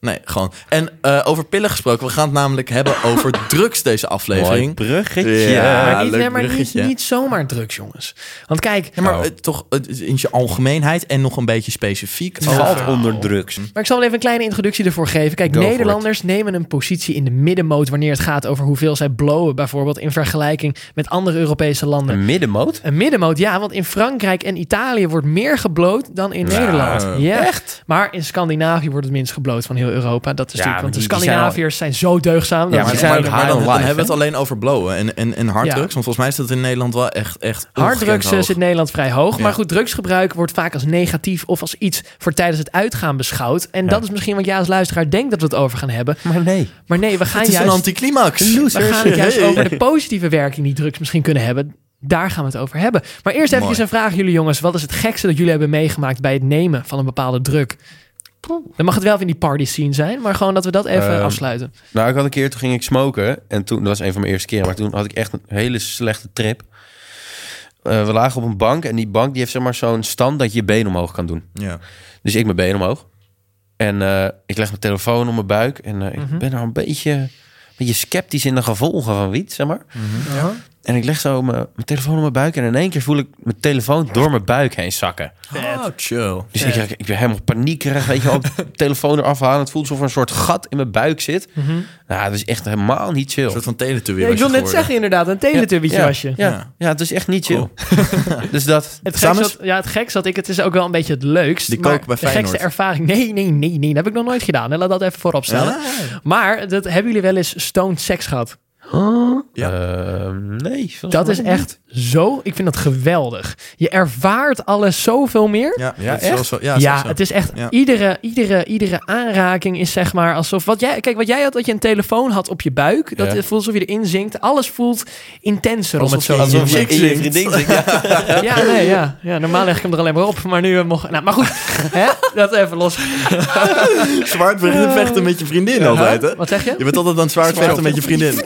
Speaker 2: Nee, gewoon. En eh, over pillen gesproken, we gaan het namelijk hebben over drugs deze
Speaker 3: Mooi
Speaker 2: aflevering.
Speaker 3: bruggetje.
Speaker 2: Ja.
Speaker 1: maar niet,
Speaker 2: leuk
Speaker 1: nee, maar niet,
Speaker 2: bruggetje.
Speaker 1: niet zomaar drugs, jongens. Want kijk,
Speaker 2: Ja, maar
Speaker 3: Oh.
Speaker 2: eh, toch eh, in zijn algemeenheid en nog een beetje specifiek.
Speaker 3: Het
Speaker 2: over-
Speaker 3: valt onder drugs.
Speaker 1: Maar ik zal wel even een kleine introductie ervoor geven. Kijk,
Speaker 3: Go for
Speaker 1: Nederlanders nemen een positie in de middenmoot wanneer het gaat over hoeveel zij blowen, bijvoorbeeld in vergelijking met andere Europese landen.
Speaker 3: Een middenmoot?
Speaker 1: Een middenmoot, ja, want in Frankrijk en Italië wordt meer gebloot dan in Nederland. Ja. Echt? Maar in Scandinavië wordt het minst gebloot van heel heel Europa. Dat is
Speaker 3: Ja,
Speaker 1: natuurlijk, want de
Speaker 3: maar die- die
Speaker 1: Scandinaviërs zijn, zo deugzaam.
Speaker 3: Ja,
Speaker 1: dat
Speaker 3: maar
Speaker 2: maar,
Speaker 1: is
Speaker 3: zijn
Speaker 2: maar-
Speaker 3: ook
Speaker 2: maar
Speaker 3: high
Speaker 2: dan,
Speaker 3: on
Speaker 2: dan
Speaker 3: life,
Speaker 2: hebben we
Speaker 3: hè?
Speaker 2: het alleen over blowen en, en, en harddrugs.
Speaker 1: Ja.
Speaker 2: Want volgens mij is dat in Nederland wel echt, echt ongekend
Speaker 1: Harddrugs eh,
Speaker 2: hoog.
Speaker 1: zit Nederland vrij hoog.
Speaker 2: Ja.
Speaker 1: Maar goed, drugsgebruik wordt vaak als negatief of als iets voor tijdens het uitgaan beschouwd. En dat is misschien wat jij als luisteraar denkt dat we het over gaan hebben.
Speaker 3: Maar nee.
Speaker 1: Maar nee, we gaan
Speaker 2: Het is een
Speaker 1: nou juist,
Speaker 2: anticlimax.
Speaker 1: we gaan het juist
Speaker 2: Hey.
Speaker 1: over de positieve werking die drugs misschien kunnen hebben. Daar gaan we het over hebben. Maar eerst even
Speaker 2: Mooi.
Speaker 1: een vraag aan jullie jongens. Wat is het gekste dat jullie hebben meegemaakt bij het nemen van een bepaalde druk? Dan mag het wel even in die party scene zijn, maar gewoon dat we dat even
Speaker 3: Ehm,
Speaker 1: afsluiten.
Speaker 3: Nou, ik had een keer, toen ging ik smoken. En toen, dat was een van mijn eerste keren. Maar toen had ik echt een hele slechte trip. Eh, we lagen op een bank. En die bank die heeft zeg maar zo'n stand dat je je been omhoog kan doen.
Speaker 2: Ja.
Speaker 3: Dus ik mijn been omhoog. En eh, ik leg mijn telefoon op mijn buik. En eh, ik ben nou een beetje, een beetje sceptisch in de gevolgen van wiet, zeg maar. En ik leg zo mijn, mijn telefoon op mijn buik. En in één keer voel ik mijn telefoon door mijn buik heen zakken.
Speaker 2: Oh, chill.
Speaker 3: Dus ik, ik ben helemaal paniekerig, weet je wel. de telefoon eraf halen. Het voelt alsof er een soort gat in mijn buik zit.
Speaker 1: Mhm.
Speaker 3: Nou, dat is echt helemaal niet chill.
Speaker 2: Een soort van teletubby
Speaker 1: Ja, ik
Speaker 2: was
Speaker 1: wil
Speaker 2: je
Speaker 1: net
Speaker 2: geworden.
Speaker 1: zeggen inderdaad, een teletubbytje
Speaker 3: ja,
Speaker 1: was je.
Speaker 3: Ja,
Speaker 2: Ja.
Speaker 3: ja. het is echt niet chill. dus dat...
Speaker 1: Het gek
Speaker 2: Samen
Speaker 1: zat, ja, het gek zat ik, het is ook wel een beetje het leukst.
Speaker 2: Die
Speaker 1: maar
Speaker 2: kook bij
Speaker 1: de gekste
Speaker 2: Feyenoord.
Speaker 1: ervaring. Nee, nee, nee, nee. Dat heb ik nog nooit gedaan. hè. Laat dat even voorop stellen. Maar dat, hebben jullie wel eens stoned seks gehad?
Speaker 2: Ja.
Speaker 3: Ehm, nee. volgens
Speaker 1: Dat
Speaker 3: mij
Speaker 1: is
Speaker 3: niet.
Speaker 1: echt zo. Ik vind dat geweldig. Je ervaart alles zoveel meer.
Speaker 2: Ja,
Speaker 3: Ja,
Speaker 2: dat is wel
Speaker 3: echt?
Speaker 2: zo-
Speaker 1: Ja,
Speaker 2: ja, zo- zo.
Speaker 1: het is echt.
Speaker 2: Ja.
Speaker 1: Iedere, iedere, iedere aanraking is zeg maar alsof. Wat jij, kijk, wat jij had, dat je een telefoon had op je buik. Dat
Speaker 3: Ja.
Speaker 1: het voelt alsof je erin zinkt. Alles voelt intenser. om het zo te
Speaker 3: Alsof
Speaker 1: noemen.
Speaker 3: je in je vriendin zit. Ja.
Speaker 1: Ja, nee, ja. ja. Normaal leg ik hem er alleen maar op, maar nu eh, mocht... Nou, maar goed, hè? dat even los.
Speaker 2: Zwaard beginnen vechten met je vriendin altijd, hè?
Speaker 1: Wat zeg je?
Speaker 2: Je bent altijd aan het zwaard vechten met je vriendin.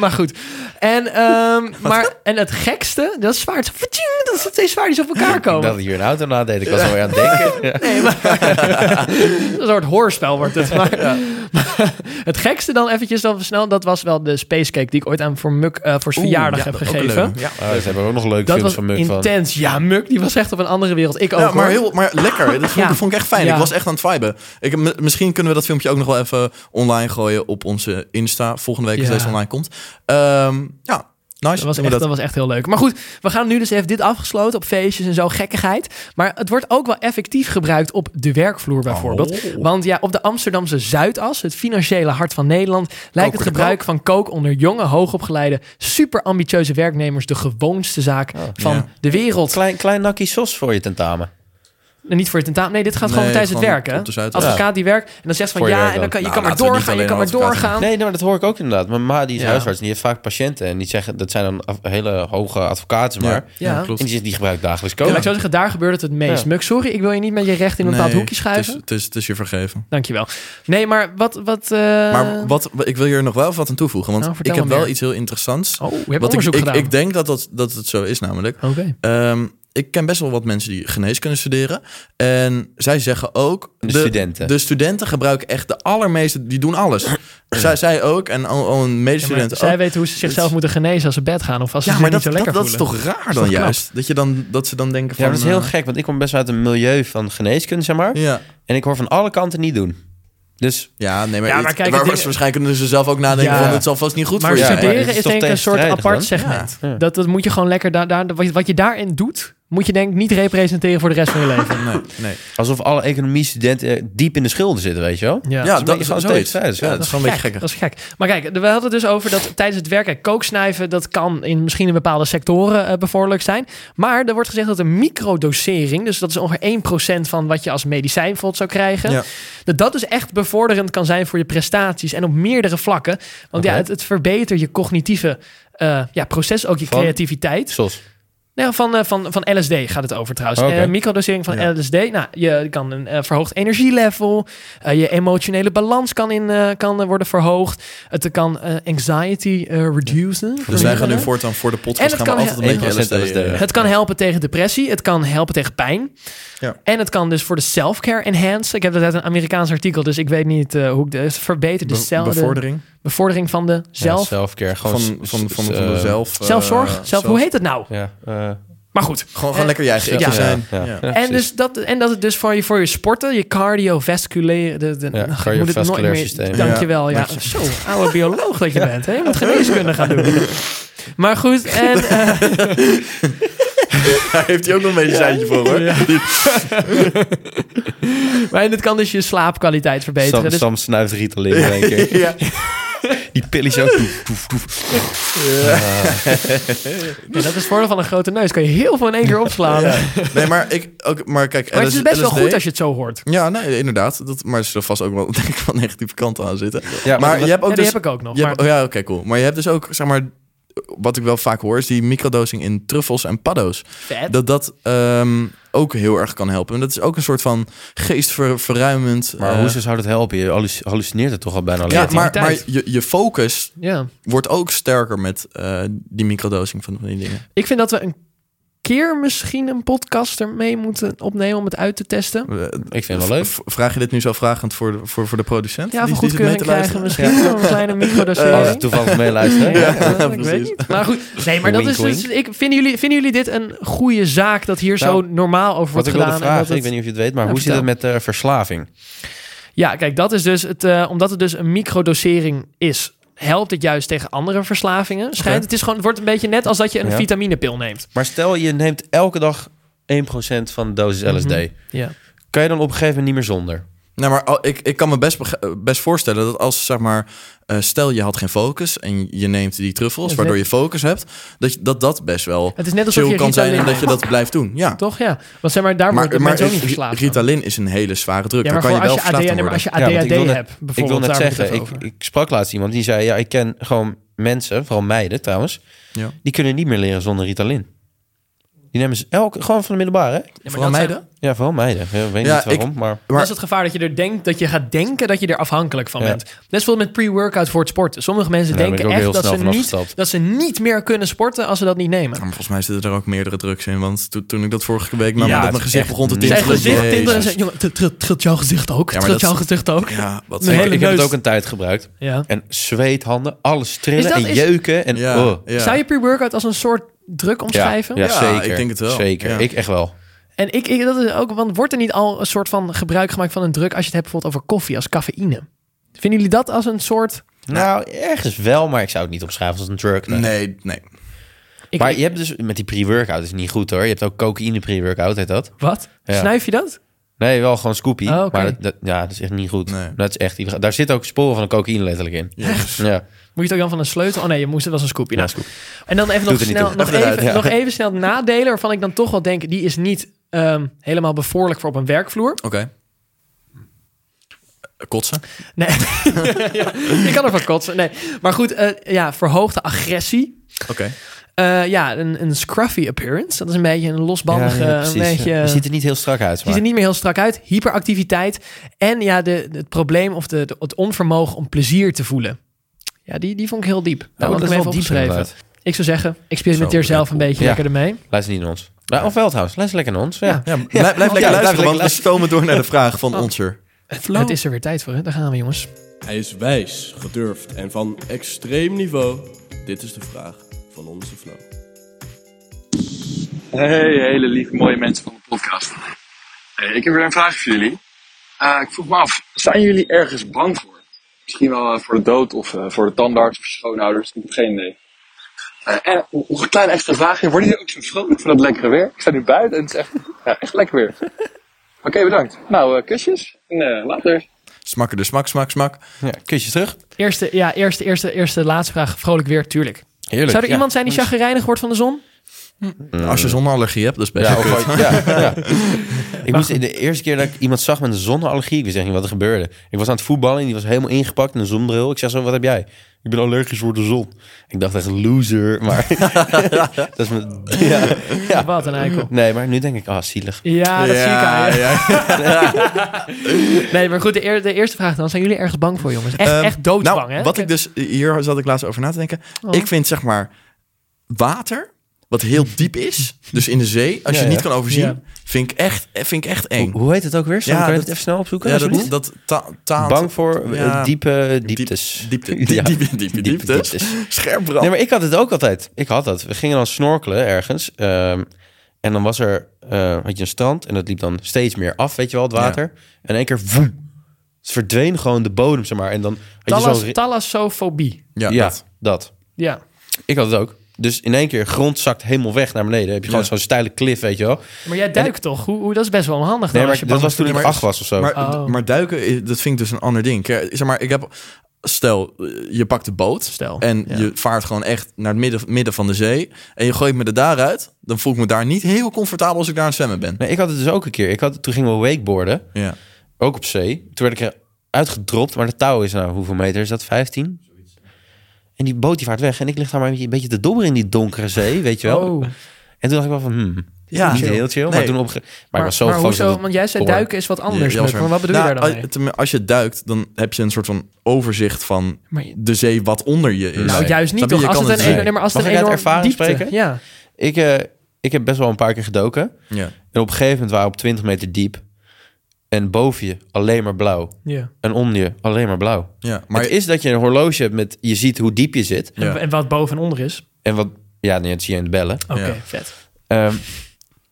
Speaker 1: Maar goed. En, ehm, maar, en het gekste, dat is zwaard. Dat zijn twee zwaarden die op elkaar
Speaker 3: Ik
Speaker 1: komen.
Speaker 3: dacht dat hier een auto nadeed. Ik was alweer aan het denken. Ja.
Speaker 1: Nee, maar... een soort hoorspel wordt het. Maar, maar het gekste dan eventjes dan snel, dat was wel de spacecake die ik ooit aan voor, Muk, eh, voor zijn verjaardag
Speaker 2: ja,
Speaker 1: heb
Speaker 2: dat is ook
Speaker 1: gegeven.
Speaker 2: leuk. Ja.
Speaker 3: Oh, ze hebben ook nog leuke
Speaker 1: Dat
Speaker 3: films
Speaker 1: was
Speaker 3: van Muk van.
Speaker 1: intens. Ja, Muk, die was echt op een andere wereld. Ik ook,
Speaker 2: Ja, maar,
Speaker 1: hoor.
Speaker 2: heel, maar lekker. Dat vond,
Speaker 1: Ja.
Speaker 2: dat vond ik echt fijn.
Speaker 1: Ja.
Speaker 2: Ik was echt aan het viben. Ik, heb mi- misschien kunnen we dat filmpje ook nog wel even online gooien op onze Insta. Volgende week als
Speaker 1: Ja.
Speaker 2: deze online komt. Ehm, ja, nice.
Speaker 1: Dat was,
Speaker 2: Doen we
Speaker 1: echt,
Speaker 2: dat.
Speaker 1: dat. was echt heel leuk. Maar goed, we gaan nu dus even dit afgesloten op feestjes en zo, gekkigheid. Maar het wordt ook wel effectief gebruikt op de werkvloer bijvoorbeeld.
Speaker 2: Oh.
Speaker 1: Want ja, op de Amsterdamse Zuidas, het financiële hart van Nederland, lijkt het
Speaker 2: de
Speaker 1: gebruik van kook onder jonge, hoogopgeleide, superambitieuze werknemers de gewoonste zaak van
Speaker 2: Ah, ja.
Speaker 1: de wereld.
Speaker 3: Klein, klein nakkie sos voor je tentamen.
Speaker 1: En niet voor het tentamen. Nee, dit gaat gewoon
Speaker 2: Nee,
Speaker 1: tijdens het
Speaker 2: gewoon
Speaker 1: werken.
Speaker 2: op de Zuidas.
Speaker 1: Advocaat die werkt en dan zegt van
Speaker 3: Voor je
Speaker 1: ja,
Speaker 3: werk
Speaker 1: en dan
Speaker 3: ook.
Speaker 1: kan, je
Speaker 2: Nou,
Speaker 1: kan maar
Speaker 2: laten we niet
Speaker 1: doorgaan, je kan
Speaker 2: alleen
Speaker 1: maar
Speaker 2: over advocaat
Speaker 1: doorgaan.
Speaker 3: Nee, nee, maar dat hoor ik ook inderdaad. Mijn ma die is
Speaker 2: Ja.
Speaker 3: huisarts en die heeft vaak patiënten. En die zeggen, dat zijn dan af- hele hoge advocaten maar. En
Speaker 1: Ja.
Speaker 2: klopt.
Speaker 3: die, zegt, die gebruikt dagelijks
Speaker 1: Ja, laat
Speaker 3: koken.
Speaker 1: ik zou zeggen, daar gebeurt het het meest.
Speaker 3: Ja.
Speaker 1: Muk, sorry, ik wil je niet met je recht in een bepaald
Speaker 2: Nee,
Speaker 1: hoekje schuiven.
Speaker 2: Het is, het, is, het is je vergeven.
Speaker 1: Dankjewel. Nee, maar wat... wat eh,
Speaker 2: Maar wat, ik wil hier nog wel wat aan toevoegen. Want
Speaker 1: Nou, vertel
Speaker 2: ik heb
Speaker 1: maar
Speaker 2: wel
Speaker 1: meer.
Speaker 2: iets heel interessants.
Speaker 1: Oh, we hebben
Speaker 2: wat ik,
Speaker 1: onderzoek
Speaker 2: ik,
Speaker 1: gedaan.
Speaker 2: ik denk dat, dat, dat het zo is namelijk.
Speaker 1: Oké.
Speaker 2: Ehm, ik ken best wel wat mensen die geneeskunde studeren. En zij zeggen ook...
Speaker 3: De studenten.
Speaker 2: De studenten gebruiken echt de allermeeste... Die doen alles. zij, zij ook. En al, al een medestudent
Speaker 1: zij
Speaker 2: ook.
Speaker 1: weten hoe ze zichzelf
Speaker 2: oh, Het-
Speaker 1: moeten genezen als ze bed gaan of als ze
Speaker 2: Ja,
Speaker 1: zich
Speaker 2: maar
Speaker 1: niet
Speaker 2: dat,
Speaker 1: zo
Speaker 2: dat,
Speaker 1: lekker
Speaker 2: dat is
Speaker 1: voelen.
Speaker 2: toch raar
Speaker 1: toch
Speaker 2: dan
Speaker 1: knap?
Speaker 2: juist? Dat, je dan, dat ze dan denken van...
Speaker 3: Ja, maar dat is heel
Speaker 2: eh,
Speaker 3: gek, want ik kom best wel uit een milieu van geneeskunde, zeg maar.
Speaker 2: Ja.
Speaker 3: En ik hoor van alle kanten niet doen. Dus
Speaker 2: ja, nee, maar,
Speaker 1: Ja, maar
Speaker 2: het-
Speaker 1: kijk,
Speaker 2: waar-
Speaker 1: het ding-
Speaker 2: waarschijnlijk kunnen ze zelf ook nadenken
Speaker 1: Ja.
Speaker 2: van... Het zal vast niet goed
Speaker 1: Maar
Speaker 2: voor je zijn.
Speaker 3: maar
Speaker 1: studeren
Speaker 3: het is
Speaker 1: is
Speaker 3: toch
Speaker 1: denk ik een soort
Speaker 3: tegenstrijdig
Speaker 1: apart
Speaker 3: dan?
Speaker 1: segment.
Speaker 3: Ja. Ja.
Speaker 1: Dat, dat moet je gewoon lekker... Daar, daar, wat, wat je daarin doet, moet je denk ik niet representeren voor de rest van je leven.
Speaker 2: Nee, nee.
Speaker 3: alsof alle economiestudenten eh, diep in de schulden zitten, weet je wel?
Speaker 1: Ja.
Speaker 2: Ja,
Speaker 3: een
Speaker 2: dat
Speaker 3: beetje
Speaker 2: is
Speaker 3: gewoon
Speaker 2: zoiets. Ja,
Speaker 3: tegenstrijdig, ja.
Speaker 2: dat is wel een beetje gekker.
Speaker 1: Dat is gek. Maar kijk, we hadden het dus over dat tijdens het werken kooksnijven, dat kan in misschien in bepaalde sectoren eh bevorderlijk zijn. Maar er wordt gezegd dat een microdosering, dus dat is ongeveer 1% van wat je als medicijn bijvoorbeeld zou krijgen,
Speaker 2: Ja.
Speaker 1: dat dat dus echt bevorderend kan zijn voor je prestaties en op meerdere vlakken. Want ja,
Speaker 3: Oké.
Speaker 1: het, het verbetert je cognitieve eh, ja, proces, ook je
Speaker 3: Van?
Speaker 1: creativiteit.
Speaker 3: Sos.
Speaker 1: Nee, van, eh, van, van LSD gaat het over trouwens.
Speaker 3: Oké.
Speaker 1: Eh, microdosering van
Speaker 2: Ja.
Speaker 1: LSD. Nou, je kan een eh, verhoogd energielevel. eh, je emotionele balans kan, in, eh, kan eh, worden verhoogd. Het kan eh, anxiety eh reducen.
Speaker 2: Dus wij gaan nu
Speaker 1: Verminderen.
Speaker 2: voortaan voor de
Speaker 1: En
Speaker 2: podcast
Speaker 1: het
Speaker 2: gaan we
Speaker 1: kan
Speaker 2: altijd een
Speaker 3: heel-
Speaker 2: beetje
Speaker 3: 1%
Speaker 2: LSD.
Speaker 3: LSD,
Speaker 2: eh,
Speaker 1: Het kan helpen tegen depressie. Het kan helpen tegen pijn.
Speaker 2: Ja.
Speaker 1: En het kan dus voor de self-care enhance. Ik heb dat uit een Amerikaans artikel, dus ik weet niet eh, hoe ik de... Het verbetert de,
Speaker 2: be-
Speaker 1: cel- de
Speaker 2: Bevordering
Speaker 1: bevordering van de zelf...
Speaker 3: Zelfcare.
Speaker 2: van,
Speaker 3: Gewoon
Speaker 2: van,
Speaker 3: s-
Speaker 2: van, van,
Speaker 3: s-
Speaker 2: van
Speaker 3: eh,
Speaker 2: de zelf... eh,
Speaker 1: Zelfzorg? zelf, hoe heet het nou?
Speaker 3: Ja. eh,
Speaker 1: Maar goed.
Speaker 2: Gewoon, gewoon
Speaker 1: Eh,
Speaker 2: lekker je
Speaker 1: ja.
Speaker 2: eigen ik te
Speaker 1: Ja,
Speaker 2: zijn. Ja.
Speaker 3: ja. Ja,
Speaker 1: En,
Speaker 3: precies.
Speaker 1: dus dat, en dat het dus voor je, voor je sporten, je cardiovasculaire... De, de,
Speaker 3: Ja,
Speaker 1: ach, ik
Speaker 3: cardiovasculair
Speaker 1: moet het nooit meer-
Speaker 3: systeem.
Speaker 1: Dankjewel, ja. Zo, oude bioloog dat je bent. Hè? Je moet geneeskunde gaan doen. Maar goed, en... eh,
Speaker 2: Daar heeft hij ook nog een beetje een seintje voor, hoor.
Speaker 1: Maar en dit kan dus je slaapkwaliteit verbeteren.
Speaker 3: Sam,
Speaker 1: Dus-
Speaker 3: Sam snuift Ritalin in één keer.
Speaker 2: Ja.
Speaker 3: Die pil is ook... Toef, toef, toef.
Speaker 1: Ja, dat is het voordeel van een grote neus. Kan je heel veel in één keer opslaan.
Speaker 2: Nee, maar ik... Ook, maar kijk,
Speaker 1: Maar het is
Speaker 2: LS-
Speaker 1: best wel
Speaker 2: LSD
Speaker 1: goed als je het zo hoort.
Speaker 2: Ja, nee, inderdaad. Dat, maar er zullen vast ook wel, denk ik, wel negatieve kanten aan zitten.
Speaker 3: Ja,
Speaker 2: maar je hebt ook
Speaker 1: Ja, die
Speaker 2: dus...
Speaker 1: heb ik ook nog.
Speaker 2: je
Speaker 1: Maar
Speaker 2: hebt- oh ja, oké, cool. Maar je hebt dus ook, zeg maar... Wat ik wel vaak hoor, is die microdosing in truffels en paddo's.
Speaker 1: vet.
Speaker 2: Dat dat ehm, ook heel erg kan helpen. En dat is ook een soort van geestverruimend...
Speaker 3: Maar
Speaker 2: eh,
Speaker 3: hoe zou dat helpen? Je halluc- hallucineert het toch al bijna alleen.
Speaker 2: Ja, maar, maar
Speaker 1: Creativiteit.
Speaker 2: je, je focus
Speaker 1: Ja.
Speaker 2: wordt ook sterker met eh, die microdosing van, van die dingen.
Speaker 1: Ik vind dat we een keer misschien een podcast ermee moeten opnemen om het uit te testen.
Speaker 3: Ik vind het wel leuk.
Speaker 2: V- Vraag je dit nu zo vragend voor de, voor, voor de producent?
Speaker 1: Ja,
Speaker 2: Die-
Speaker 1: voor
Speaker 2: die zit mee
Speaker 1: goedkeuring
Speaker 2: te
Speaker 1: krijgen
Speaker 2: luisteren?
Speaker 1: misschien. Een kleine
Speaker 2: Eh,
Speaker 3: Als
Speaker 1: microdosering.
Speaker 3: het toevallig meeluisteren.
Speaker 1: Ja,
Speaker 3: Ja.
Speaker 1: ik
Speaker 2: precies.
Speaker 1: weet niet. Maar goed, nee, maar dat is
Speaker 3: Wink,
Speaker 1: dus. Ik, vinden, jullie, vinden jullie dit een goede zaak dat hier
Speaker 3: Nou,
Speaker 1: zo normaal over
Speaker 3: Wat
Speaker 1: wordt
Speaker 3: ik
Speaker 1: gedaan?
Speaker 3: wilde
Speaker 1: en
Speaker 3: vragen,
Speaker 1: dat het-
Speaker 3: ik weet niet of je het weet, maar
Speaker 1: Ja,
Speaker 3: hoe zit het
Speaker 1: vertel.
Speaker 3: met eh, verslaving?
Speaker 1: Ja, kijk, dat is dus het, eh, omdat het dus een microdosering is, helpt het juist tegen andere verslavingen. Schijnt,
Speaker 2: Oké.
Speaker 1: het, is gewoon, het wordt een beetje net als dat je een
Speaker 3: Ja.
Speaker 1: vitaminepil neemt.
Speaker 3: Maar stel je neemt elke dag 1% van de dosis LSD.
Speaker 1: Mhm. Ja.
Speaker 3: Kan je dan op een gegeven moment niet meer zonder?
Speaker 2: Nou, maar al- ik, ik kan me best, bege- eh, best voorstellen dat als, zeg maar, eh, stel je had geen focus en je neemt die
Speaker 1: Dat
Speaker 2: truffels,
Speaker 1: is
Speaker 2: waardoor je focus hebt, dat je- dat, dat best wel
Speaker 1: Het is net alsof
Speaker 2: chill
Speaker 1: je
Speaker 2: kan zijn en
Speaker 1: Ritalin
Speaker 2: dat je dat blijft doen. Ja,
Speaker 1: Toch, ja. Want zeg maar, daar
Speaker 2: maar,
Speaker 1: worden
Speaker 2: maar
Speaker 1: mensen ook niet
Speaker 2: Ri-
Speaker 1: verslaafd aan.
Speaker 2: Ritalin is een hele zware druk.
Speaker 1: Ja, maar,
Speaker 2: Daar kan je
Speaker 1: voor
Speaker 2: wel
Speaker 1: als, je ADHD,
Speaker 2: verslaafd
Speaker 1: nee,
Speaker 2: aan
Speaker 1: maar als
Speaker 2: worden.
Speaker 1: je
Speaker 3: Ja,
Speaker 1: ADHD
Speaker 3: want ik wil net-
Speaker 1: hebt, bijvoorbeeld,
Speaker 3: Ik wil net
Speaker 1: daar hebben we
Speaker 3: zeggen,
Speaker 1: het
Speaker 3: ik,
Speaker 1: over.
Speaker 3: ik sprak laatst iemand die zei... Ja, ik ken gewoon mensen, vooral meiden trouwens...
Speaker 2: Ja.
Speaker 3: die kunnen niet meer leren zonder Ritalin. Die nemen ze elke, gewoon van de middelbare, hè?
Speaker 1: Ja, maar
Speaker 2: Vooral
Speaker 1: dat zijn-
Speaker 2: meiden?
Speaker 3: Ja, vooral meiden. Ja, Ik weet
Speaker 2: Ja,
Speaker 3: niet
Speaker 2: ik-
Speaker 3: waarom, maar...
Speaker 1: Dat
Speaker 2: Maar-
Speaker 1: is het gevaar dat je er denkt dat je gaat denken dat je er afhankelijk van
Speaker 3: Ja.
Speaker 1: bent. Net zoals met pre-workout voor het sporten. Sommige mensen
Speaker 3: Ja, daar ben
Speaker 1: denken
Speaker 3: ik ook
Speaker 1: echt
Speaker 3: heel
Speaker 1: dat ze,
Speaker 3: snel van
Speaker 1: niet,
Speaker 3: afgestapt.
Speaker 1: dat ze niet meer kunnen sporten als ze dat niet nemen.
Speaker 2: Ja, maar volgens mij zitten er ook meerdere drugs in. Want to- toen ik dat vorige week nam,
Speaker 3: Ja,
Speaker 2: dat
Speaker 3: het
Speaker 2: mijn
Speaker 3: is
Speaker 2: gezicht
Speaker 3: echt
Speaker 2: begon te
Speaker 3: niet-
Speaker 2: tintelen.
Speaker 1: Zijn gezicht
Speaker 2: Jezus.
Speaker 1: tintelen en zeggen, jongen, tr- tr- trilt jouw gezicht ook?
Speaker 2: maar
Speaker 1: Trilt
Speaker 2: dat-
Speaker 1: jouw gezicht ook?
Speaker 2: Ja, wat
Speaker 1: Nee.
Speaker 2: nee.
Speaker 3: Ik,
Speaker 1: hele
Speaker 3: ik heb het
Speaker 1: neus.
Speaker 3: ook een tijd gebruikt.
Speaker 1: Ja.
Speaker 3: En zweethanden, alles trillen
Speaker 1: Is dat-
Speaker 3: en
Speaker 1: is-
Speaker 3: jeuken. En,
Speaker 2: Ja,
Speaker 3: oh.
Speaker 2: ja.
Speaker 1: Zou je pre-workout als een soort druk omschrijven?
Speaker 3: Ja,
Speaker 2: Ja,
Speaker 3: zeker.
Speaker 2: ik denk het wel.
Speaker 3: Zeker,
Speaker 2: Ja.
Speaker 3: ik echt wel.
Speaker 1: En ik, ik, dat is ook, want wordt er niet al een soort van gebruik gemaakt van een druk als je het hebt bijvoorbeeld over koffie, als cafeïne? Vinden jullie dat als een soort...
Speaker 3: Nou, ergens wel, maar ik zou het niet omschrijven als een drug. nee.
Speaker 2: Nee, nee.
Speaker 1: Ik,
Speaker 3: maar je hebt dus met die pre-workout, is niet goed hoor. Je hebt ook cocaïne pre-workout, heet dat?
Speaker 1: Wat?
Speaker 3: Ja.
Speaker 1: Snuif je dat?
Speaker 3: Nee, wel gewoon scoopie.
Speaker 1: Oh, oké.
Speaker 3: Maar dat, dat- ja, dat is echt niet goed.
Speaker 2: Nee.
Speaker 3: Dat is echt illegaal. Daar zit ook sporen van de cocaïne letterlijk in.
Speaker 2: Jezus.
Speaker 3: Ja,
Speaker 1: Moet je het ook dan van een sleutel? Oh nee, je moest het als een scoopje.
Speaker 3: ja
Speaker 1: Nou,
Speaker 3: scoop.
Speaker 1: en dan even nog
Speaker 3: Doet er niet
Speaker 1: snel,
Speaker 3: toe.
Speaker 1: nog
Speaker 2: Even
Speaker 1: even,
Speaker 2: eruit, ja.
Speaker 1: nog even snel de nadelen waarvan ik dan toch wel denk, die is niet ehm, helemaal bevoorlijk voor op een werkvloer.
Speaker 2: Oké. Kotsen.
Speaker 1: Nee, ja, ik kan ervan kotsen. Nee. Maar goed, eh, ja, verhoogde agressie.
Speaker 2: Oké.
Speaker 1: Eh, ja, een, een scruffy appearance. Dat is een beetje een losbandige,
Speaker 3: Ja, ja,
Speaker 1: een
Speaker 3: precies.
Speaker 1: beetje...
Speaker 3: Je ziet er niet heel strak uit.
Speaker 1: ziet
Speaker 3: Maar.
Speaker 1: er niet meer heel strak uit. Hyperactiviteit. En ja, de, de- het probleem of de, de- het onvermogen om plezier te voelen. Ja, die, die vond ik heel diep. Daar had
Speaker 3: Oh,
Speaker 1: ik
Speaker 3: dat
Speaker 1: hem
Speaker 3: is
Speaker 1: even
Speaker 3: wel diep
Speaker 1: opgeschreven.
Speaker 3: inderdaad.
Speaker 1: Ik zou zeggen, experimenteer
Speaker 2: Zo,
Speaker 1: zelf
Speaker 2: ja,
Speaker 1: een
Speaker 2: cool.
Speaker 1: beetje
Speaker 3: Ja.
Speaker 1: lekker ermee.
Speaker 3: Luister niet naar ons. Nou, of Veldhuis, luister lekker naar ons. Ja.
Speaker 1: Ja.
Speaker 2: Ja, blijf, blijf lekker
Speaker 3: blijf
Speaker 2: luisteren,
Speaker 3: lekker
Speaker 2: want we stomen door naar de vraag van onzer.
Speaker 1: Het is er weer tijd voor, hè? Daar gaan we, jongens.
Speaker 5: Hij is wijs, gedurfd en van extreem niveau. Dit is de vraag van onze Flo.
Speaker 6: Hey, hele lieve mooie mensen van de podcast. Hey, ik heb weer een vraag voor jullie. Eh, ik vroeg me af, zijn jullie ergens bang voor? Misschien wel eh, voor de dood of eh, voor de tandarts of schoonouders, ik heb geen idee. Eh, en nog een klein extra vraagje, worden jullie ook zo vrolijk van het lekkere weer? Ik sta nu buiten en het is echt, ja, echt lekker weer. Oké, bedankt. Nou, eh, kusjes en eh, later.
Speaker 2: Smakken de smak, smak, smak.
Speaker 3: Ja, kusjes terug.
Speaker 1: Eerste, ja, eerste, eerste, eerste, laatste vraag. Vrolijk weer, tuurlijk.
Speaker 3: Heerlijk.
Speaker 1: Zou er
Speaker 3: ja.
Speaker 1: iemand zijn die chagrijnig wordt van de zon?
Speaker 2: Als je zonallergie hebt, dat is best
Speaker 3: Mm. Ja,
Speaker 2: wel kut.
Speaker 3: of, ja, ja. Ik moest in de eerste keer dat ik iemand zag met een zonneallergie, ik wist echt niet wat er gebeurde. Ik was aan het voetballen en die was helemaal ingepakt in een zonbril. Ik zeg zo, wat heb jij? Ik ben allergisch voor de zon. Ik dacht echt, loser. Maar dat is mijn... Ja, ja.
Speaker 1: Wat een eikel.
Speaker 3: Nee, maar nu denk ik, ah, zielig.
Speaker 1: Ja, dat zie ik aan je.
Speaker 2: ja.
Speaker 1: Nee, maar goed, de, eer- de eerste vraag dan. Zijn jullie ergens bang voor, jongens? Echt,
Speaker 2: Ehm,
Speaker 1: echt doodsbang,
Speaker 2: nou,
Speaker 1: hè? Oh.
Speaker 2: Wat ik dus, hier zat ik laatst over na te denken. Ik vind zeg maar water, wat heel diep is, dus in de zee, als
Speaker 3: Ja,
Speaker 2: je
Speaker 3: ja.
Speaker 2: niet kan overzien,
Speaker 1: Ja.
Speaker 2: vind ik echt, vind ik echt eng.
Speaker 3: Hoe heet het ook weer? Sam,
Speaker 2: Ja,
Speaker 3: kan je
Speaker 2: dat-
Speaker 3: het even snel opzoeken?
Speaker 2: ja,
Speaker 3: alsjeblieft?
Speaker 2: dat, dat ta taalt-
Speaker 3: Bang voor eh,
Speaker 2: Ja.
Speaker 3: diepe dieptes.
Speaker 2: Diep- diepte- diep- diepe- diepe dieptes. Scherp brand.
Speaker 3: Nee, maar ik had het ook altijd. Ik had dat. We gingen dan snorkelen ergens. ehm, en dan was er, eh, had je een strand en dat liep dan steeds meer af, weet je wel, het water. En in één keer, woem, het verdween gewoon de dus- bodem, zeg maar. En dan had je zo'n...
Speaker 1: Thalas,
Speaker 3: ri-
Speaker 1: thalassofobie.
Speaker 2: ja,
Speaker 3: ja,
Speaker 2: dat.
Speaker 3: dat.
Speaker 1: Ja.
Speaker 3: Ik had het ook. Dus in één keer grond zakt helemaal weg naar beneden. Dan heb je gewoon
Speaker 2: Ja.
Speaker 3: zo'n steile klif, weet je wel.
Speaker 1: Maar jij duikt toch? Hoe, hoe, dat is best wel onhandig.
Speaker 3: Nee,
Speaker 1: dan
Speaker 3: maar
Speaker 1: als je
Speaker 3: dat
Speaker 1: bang
Speaker 3: was toen ik
Speaker 2: maar-
Speaker 3: acht was of zo.
Speaker 2: Maar,
Speaker 1: Oh.
Speaker 2: maar duiken, i- dat vind ik dus een ander ding. Kijk, Zeg maar, ik heb... Stel, eh, je pakt de boot
Speaker 1: Stel,
Speaker 2: en
Speaker 1: ja.
Speaker 2: je vaart gewoon echt naar het midden, midden van de zee... en je gooit me er daaruit, dan voel ik me daar niet heel comfortabel als ik daar aan het zwemmen ben.
Speaker 3: Nee, ik had het dus ook een keer. Ik had, toen gingen we wakeboarden,
Speaker 2: Ja.
Speaker 3: ook op zee. Toen werd ik uitgedropt, maar de touw is nou hoeveel meter? Is dat 15? En die boot die vaart weg en ik lig daar maar een beetje, een beetje te dobberen in die donkere zee, weet je wel.
Speaker 1: Oh.
Speaker 3: En toen dacht ik wel van, hmm,
Speaker 2: Ja.
Speaker 3: niet heel chill. Maar,
Speaker 2: Nee.
Speaker 3: toen opge... maar, ik
Speaker 1: Maar,
Speaker 3: was zo
Speaker 1: maar
Speaker 3: gefocust op
Speaker 1: hoezo?
Speaker 3: het
Speaker 1: Want jij zei
Speaker 3: spoor.
Speaker 1: duiken is wat anders.
Speaker 2: Ja,
Speaker 1: Muck,
Speaker 2: jasper.
Speaker 1: maar wat bedoel
Speaker 2: Nou,
Speaker 1: je daar dan
Speaker 3: oh,
Speaker 1: mee?
Speaker 2: als- tenmin- Als je duikt, dan heb je een soort van overzicht van
Speaker 1: Maar je-
Speaker 2: de zee wat onder je is.
Speaker 1: nou,
Speaker 3: Nee.
Speaker 1: juist niet
Speaker 2: Snap
Speaker 1: toch?
Speaker 2: je? Je
Speaker 1: Als
Speaker 2: kan
Speaker 1: het een,
Speaker 2: het
Speaker 1: enorm-
Speaker 2: zien.
Speaker 1: nee, maar als het
Speaker 3: Mag
Speaker 1: een
Speaker 3: ik uit
Speaker 1: enorm
Speaker 3: ervaring
Speaker 1: diepte.
Speaker 3: spreken?
Speaker 1: Ja.
Speaker 3: Ik, eh, ik heb best wel een paar keer gedoken.
Speaker 2: Ja.
Speaker 3: En op een gegeven moment waren we op 20 meter diep. En boven je alleen maar blauw.
Speaker 1: ja.
Speaker 3: En onder je alleen maar blauw.
Speaker 2: Ja,
Speaker 3: Maar
Speaker 2: maar
Speaker 3: het is dat je een horloge hebt met... Je ziet hoe diep je zit.
Speaker 2: Ja.
Speaker 1: En- En wat boven en onder is.
Speaker 3: En wat... Ja, nee, dat zie je in het bellen.
Speaker 1: Oké,
Speaker 2: Ja.
Speaker 1: vet.
Speaker 3: Ehm,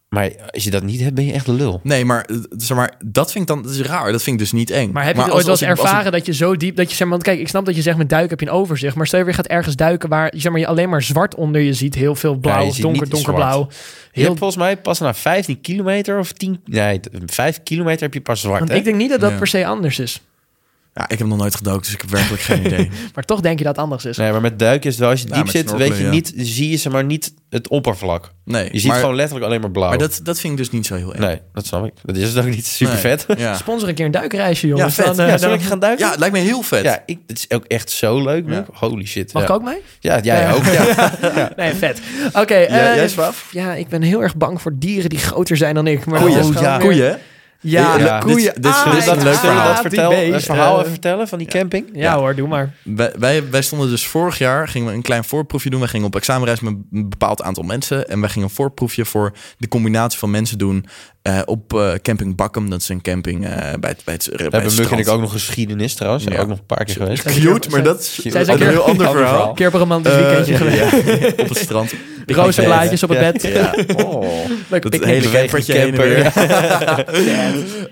Speaker 3: maar als je dat niet hebt, ben je echt een lul.
Speaker 2: Nee, maar, eh, zeg maar dat vind ik dan dat is raar. Dat vind ik dus niet eng.
Speaker 1: Maar heb je het
Speaker 2: als-
Speaker 1: ooit wel eens
Speaker 2: als ik- als ik-
Speaker 1: ervaren dat je zo diep... Dat je, zeg maar, want kijk, ik snap dat je zegt met duiken heb je een overzicht. Maar stel je weer gaat ergens duiken waar zeg maar, je alleen maar zwart onder je ziet. Heel veel blauw,
Speaker 3: Ja, je ziet
Speaker 1: donker,
Speaker 3: niet
Speaker 1: donkerblauw.
Speaker 3: Je
Speaker 1: Heel,
Speaker 3: hebt volgens mij pas na 15 kilometer of 10... Nee, t- 5 kilometer heb je pas zwart,
Speaker 1: want
Speaker 3: hè?
Speaker 1: ik denk niet dat dat
Speaker 2: Ja.
Speaker 1: per se anders is.
Speaker 2: Ja, ik heb nog nooit gedoken, dus ik heb werkelijk geen idee.
Speaker 1: Maar toch denk je dat het anders is.
Speaker 3: Nee, maar met duiken is het wel... Als je
Speaker 2: Ja,
Speaker 3: diep
Speaker 2: met
Speaker 3: zit, weet je
Speaker 2: snorkelen, ja.
Speaker 3: niet... Zie je ze maar niet het oppervlak.
Speaker 2: Nee,
Speaker 3: Je ziet
Speaker 2: maar,
Speaker 3: gewoon letterlijk alleen maar blauw.
Speaker 2: maar dat, dat vind ik dus niet zo heel eng.
Speaker 3: Oh. Nee, dat snap ik. Dat is het ook niet super vet.
Speaker 2: Nee, Ja.
Speaker 1: Sponsor een keer een duikreisje, jongens.
Speaker 2: vet.
Speaker 1: Dan, eh,
Speaker 3: Ja,
Speaker 1: dan-
Speaker 3: zal ik gaan duiken?
Speaker 2: ja, het lijkt me heel vet.
Speaker 3: Ja, ik, het is ook echt zo leuk.
Speaker 2: Ja.
Speaker 3: man. Holy shit.
Speaker 1: Mag
Speaker 3: ja.
Speaker 1: ik ook mee?
Speaker 3: Ja, jij
Speaker 1: Ja.
Speaker 3: ook. Ja.
Speaker 1: Nee, vet. Oké.
Speaker 2: Ja,
Speaker 1: eh,
Speaker 2: jij Swaaf?
Speaker 1: Ja, ik ben heel erg bang voor dieren die groter zijn dan ik. Maar
Speaker 2: Koeien.
Speaker 1: dat is gewoon
Speaker 3: Ja.
Speaker 1: weer-
Speaker 2: Koeien, hè?
Speaker 1: Ja,
Speaker 3: Ja,
Speaker 2: dit-
Speaker 1: koeien.
Speaker 2: dit is-
Speaker 1: Ah,
Speaker 2: dit
Speaker 3: Zullen we
Speaker 2: is een
Speaker 3: dat,
Speaker 1: ik
Speaker 2: leuk
Speaker 3: zullen we
Speaker 1: haat
Speaker 3: dat
Speaker 2: verhaal.
Speaker 1: die
Speaker 3: vertel,
Speaker 1: beest.
Speaker 3: het verhaal
Speaker 1: Eh,
Speaker 3: even vertellen van die camping?
Speaker 1: Ja hoor, doe maar.
Speaker 2: Wij, wij, wij stonden dus vorig jaar, gingen we een klein voorproefje doen. Wij gingen op examenreis met een bepaald aantal mensen. En wij gingen een voorproefje voor de combinatie van mensen doen eh, op eh, camping Bakkum. Dat is een camping eh, bij het, bij het, bij
Speaker 3: We
Speaker 2: het
Speaker 3: hebben Muk en
Speaker 2: strand.
Speaker 3: ik ook nog geschiedenis trouwens. Zijn
Speaker 2: Ja.
Speaker 3: ook nog een paar keer geweest.
Speaker 2: Cute, maar dat is
Speaker 3: Cute.
Speaker 1: Zij
Speaker 2: een
Speaker 1: zijn
Speaker 2: heel ander
Speaker 3: Ander
Speaker 2: verhaal.
Speaker 3: verhaal. Eh,
Speaker 1: Een keer op een
Speaker 2: Eh,
Speaker 1: romantisch weekendje geweest.
Speaker 2: geweest. op het strand.
Speaker 1: Roze blaadjes op het
Speaker 3: Ja.
Speaker 1: bed.
Speaker 3: Ja. Oh.
Speaker 1: Leuk
Speaker 2: Dat
Speaker 1: picknick.
Speaker 2: hele
Speaker 3: Regen,
Speaker 2: campertje heen en
Speaker 3: camper.
Speaker 2: weer.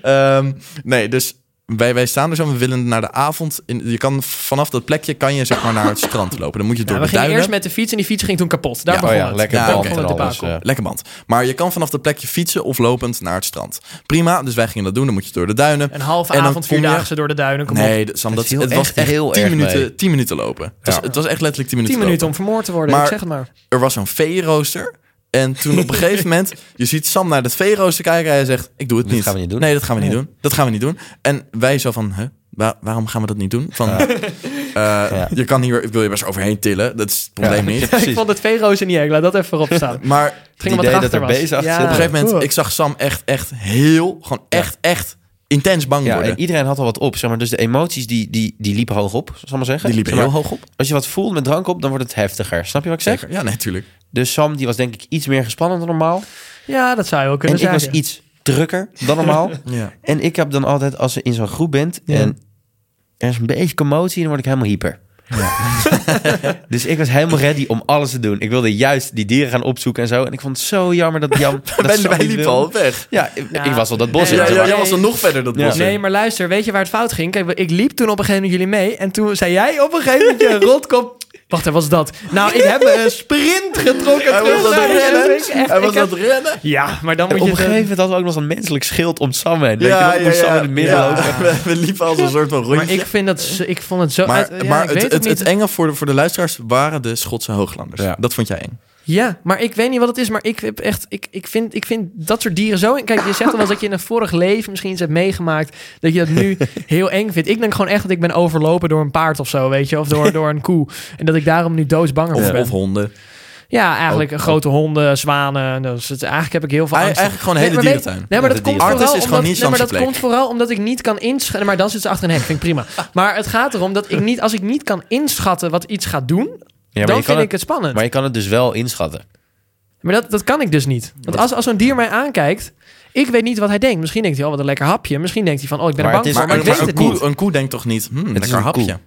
Speaker 2: Ehm, nee, dus wij, wij staan er zo. We willen naar de avond. In, je kan, vanaf dat plekje kan je zeg maar naar het strand lopen. Dan moet je door
Speaker 1: Ja, we
Speaker 2: de
Speaker 1: gingen
Speaker 2: duinen.
Speaker 1: eerst met de fiets en die fiets ging toen kapot. Daar
Speaker 2: Ja,
Speaker 1: begon
Speaker 3: oh ja,
Speaker 1: het.
Speaker 3: lekker
Speaker 1: Daar
Speaker 2: band
Speaker 1: begon
Speaker 3: en
Speaker 1: het
Speaker 3: alles,
Speaker 1: debakel.
Speaker 3: ja.
Speaker 2: eh, Lekker band. Maar je kan vanaf dat plekje fietsen of lopend naar het strand. Prima, dus wij gingen dat doen. Dan moet je door de duinen.
Speaker 1: Een halve
Speaker 2: En dan
Speaker 1: avond,
Speaker 2: kom je-
Speaker 1: vierdaagse door de duinen. Kom op.
Speaker 2: Nee, dat- Sam,
Speaker 3: Het
Speaker 2: dat,
Speaker 3: viel
Speaker 2: het was
Speaker 3: echt
Speaker 2: echt
Speaker 3: heel
Speaker 2: 10
Speaker 3: erg
Speaker 2: minuten,
Speaker 3: mee.
Speaker 2: 10 minuten lopen. Het, was,
Speaker 3: Ja.
Speaker 2: het was echt letterlijk 10 minuten
Speaker 1: Tien minuten
Speaker 2: lopen.
Speaker 1: om vermoord te worden,
Speaker 2: Maar-
Speaker 1: ik zeg het maar.
Speaker 2: Er was een veerooster. En toen op een gegeven moment, je ziet Sam naar dat veerooster kijken. En hij zegt, ik doe het
Speaker 3: Dit
Speaker 2: niet.
Speaker 3: gaan we niet doen.
Speaker 2: Nee, dat gaan we niet doen. Dat gaan we niet doen. En wij zo van, huh? Wa- waarom gaan we dat niet doen? Van, eh, Je kan hier, ik wil je best overheen tillen. Dat is het probleem niet.
Speaker 1: Ik vond het veerozen niet erg, laat dat even voorop staan. Het
Speaker 2: Maar op
Speaker 1: ging om
Speaker 3: Het
Speaker 1: wat
Speaker 3: idee
Speaker 1: erachter
Speaker 3: dat
Speaker 1: was.
Speaker 3: er bezig
Speaker 1: Ja.
Speaker 3: zit.
Speaker 2: een gegeven moment, ik zag Sam echt, echt heel, gewoon echt, echt intens bang
Speaker 3: Ja,
Speaker 2: worden.
Speaker 3: en iedereen had al wat op, zeg maar. Dus de emoties die, die, die liepen hoog op, zal ik maar zeggen.
Speaker 2: Die liepen
Speaker 3: Zeg maar,
Speaker 2: heel hoog op.
Speaker 3: Als je wat voelt met drank op, dan wordt het heftiger. Snap je wat ik zeg?
Speaker 2: Ja, natuurlijk.
Speaker 3: Dus Sam, die was denk ik iets meer gespannen dan normaal.
Speaker 1: Ja, dat zou je wel
Speaker 3: En
Speaker 1: kunnen
Speaker 3: ik
Speaker 1: zijn.
Speaker 3: was iets drukker dan normaal.
Speaker 2: Ja.
Speaker 3: En ik heb dan altijd, als je in zo'n groep bent
Speaker 1: Ja.
Speaker 3: en er is een beetje commotie, dan word ik helemaal hyper. dus ik was helemaal ready om alles te doen. Ik wilde juist die dieren gaan opzoeken en zo. En ik vond het zo jammer dat Jan. dat
Speaker 2: Wij,
Speaker 3: Sam
Speaker 2: wij
Speaker 3: niet
Speaker 2: liepen
Speaker 3: wilde.
Speaker 2: al weg.
Speaker 3: Ja, ik,
Speaker 1: Ja.
Speaker 3: ik was al dat bos
Speaker 1: Ja,
Speaker 3: in.
Speaker 2: Ja,
Speaker 1: ja,
Speaker 3: zeg
Speaker 2: ja,
Speaker 3: maar.
Speaker 2: jij was dan nog verder dat
Speaker 3: Ja.
Speaker 2: bos in.
Speaker 1: Nee, maar luister, weet je waar het fout ging? Kijk, ik liep toen op een gegeven moment jullie mee. En toen zei jij op een gegeven moment, je rotkop... Wacht, wat was dat? Nou, ik heb me een sprint getrokken.
Speaker 2: Hij was
Speaker 1: terug
Speaker 2: aan
Speaker 1: naar
Speaker 2: het
Speaker 1: huis.
Speaker 2: rennen.
Speaker 1: Ik echt-
Speaker 2: Hij
Speaker 1: ik
Speaker 2: was
Speaker 1: heb-
Speaker 2: aan het rennen.
Speaker 1: Ja, maar dan
Speaker 3: En
Speaker 1: moet
Speaker 3: op
Speaker 1: je...
Speaker 3: een gegeven moment hadden we ook nog een menselijk schild om Sam heen. Weet je wel, moest Sam in het midden
Speaker 2: ja.
Speaker 3: lopen.
Speaker 2: We, we liepen als een soort van rondje.
Speaker 1: Maar ik vind dat... zo- Ik vond het zo...
Speaker 2: Maar,
Speaker 1: uit- ja,
Speaker 2: maar
Speaker 1: ik
Speaker 2: het,
Speaker 1: weet
Speaker 2: het,
Speaker 1: ook
Speaker 2: het e-
Speaker 1: niet.
Speaker 2: enge voor de, voor de luisteraars waren de Schotse Hooglanders.
Speaker 3: Ja.
Speaker 2: Dat vond jij eng.
Speaker 1: Ja, maar ik weet niet wat het is, maar ik heb echt, ik, ik, vind, ik vind dat soort dieren zo. Kijk, je zegt al wel eens dat je in een vorig leven misschien iets hebt meegemaakt. Dat je dat nu heel eng vindt. Ik denk gewoon echt dat ik ben overlopen door een paard of zo, weet je, of door, door een koe. En dat ik daarom nu doodsbanger voor
Speaker 2: Of,
Speaker 1: ben.
Speaker 2: of honden.
Speaker 1: Ja, eigenlijk grote honden, zwanen. Dus het, eigenlijk heb ik heel veel
Speaker 2: Eigen-
Speaker 1: angst.
Speaker 2: eigenlijk gewoon een hele
Speaker 1: maar weet-
Speaker 2: dierentuin.
Speaker 1: Nee, maar dat
Speaker 3: Ja,
Speaker 1: komt
Speaker 3: de
Speaker 2: dierentuin.
Speaker 1: vooral
Speaker 2: Artis is
Speaker 1: omdat,
Speaker 2: gewoon niet
Speaker 1: nee, maar dat
Speaker 2: Sam's
Speaker 1: komt vooral omdat ik niet kan inschatten. Maar dan zit ze achter een hek, vind ik prima. Maar het gaat erom dat ik niet, als ik niet kan inschatten wat iets gaat doen,
Speaker 3: Ja, maar,
Speaker 1: dan
Speaker 3: je
Speaker 1: vind
Speaker 3: kan
Speaker 1: ik
Speaker 3: het,
Speaker 1: het spannend.
Speaker 3: maar je kan het dus wel inschatten.
Speaker 1: Maar dat, dat kan ik dus niet. Want als, als zo'n dier mij aankijkt, ik weet niet wat hij denkt. Misschien denkt hij, oh, wat een lekker hapje. Misschien denkt hij van, oh, ik ben
Speaker 3: Maar
Speaker 1: er bang
Speaker 3: het
Speaker 1: voor.
Speaker 3: is-
Speaker 1: Maar, ik
Speaker 3: maar-
Speaker 1: weet het
Speaker 2: een, koe,
Speaker 1: niet.
Speaker 2: een koe denkt toch niet, hmm,
Speaker 3: is
Speaker 2: lekker
Speaker 3: een koe.
Speaker 2: hapje.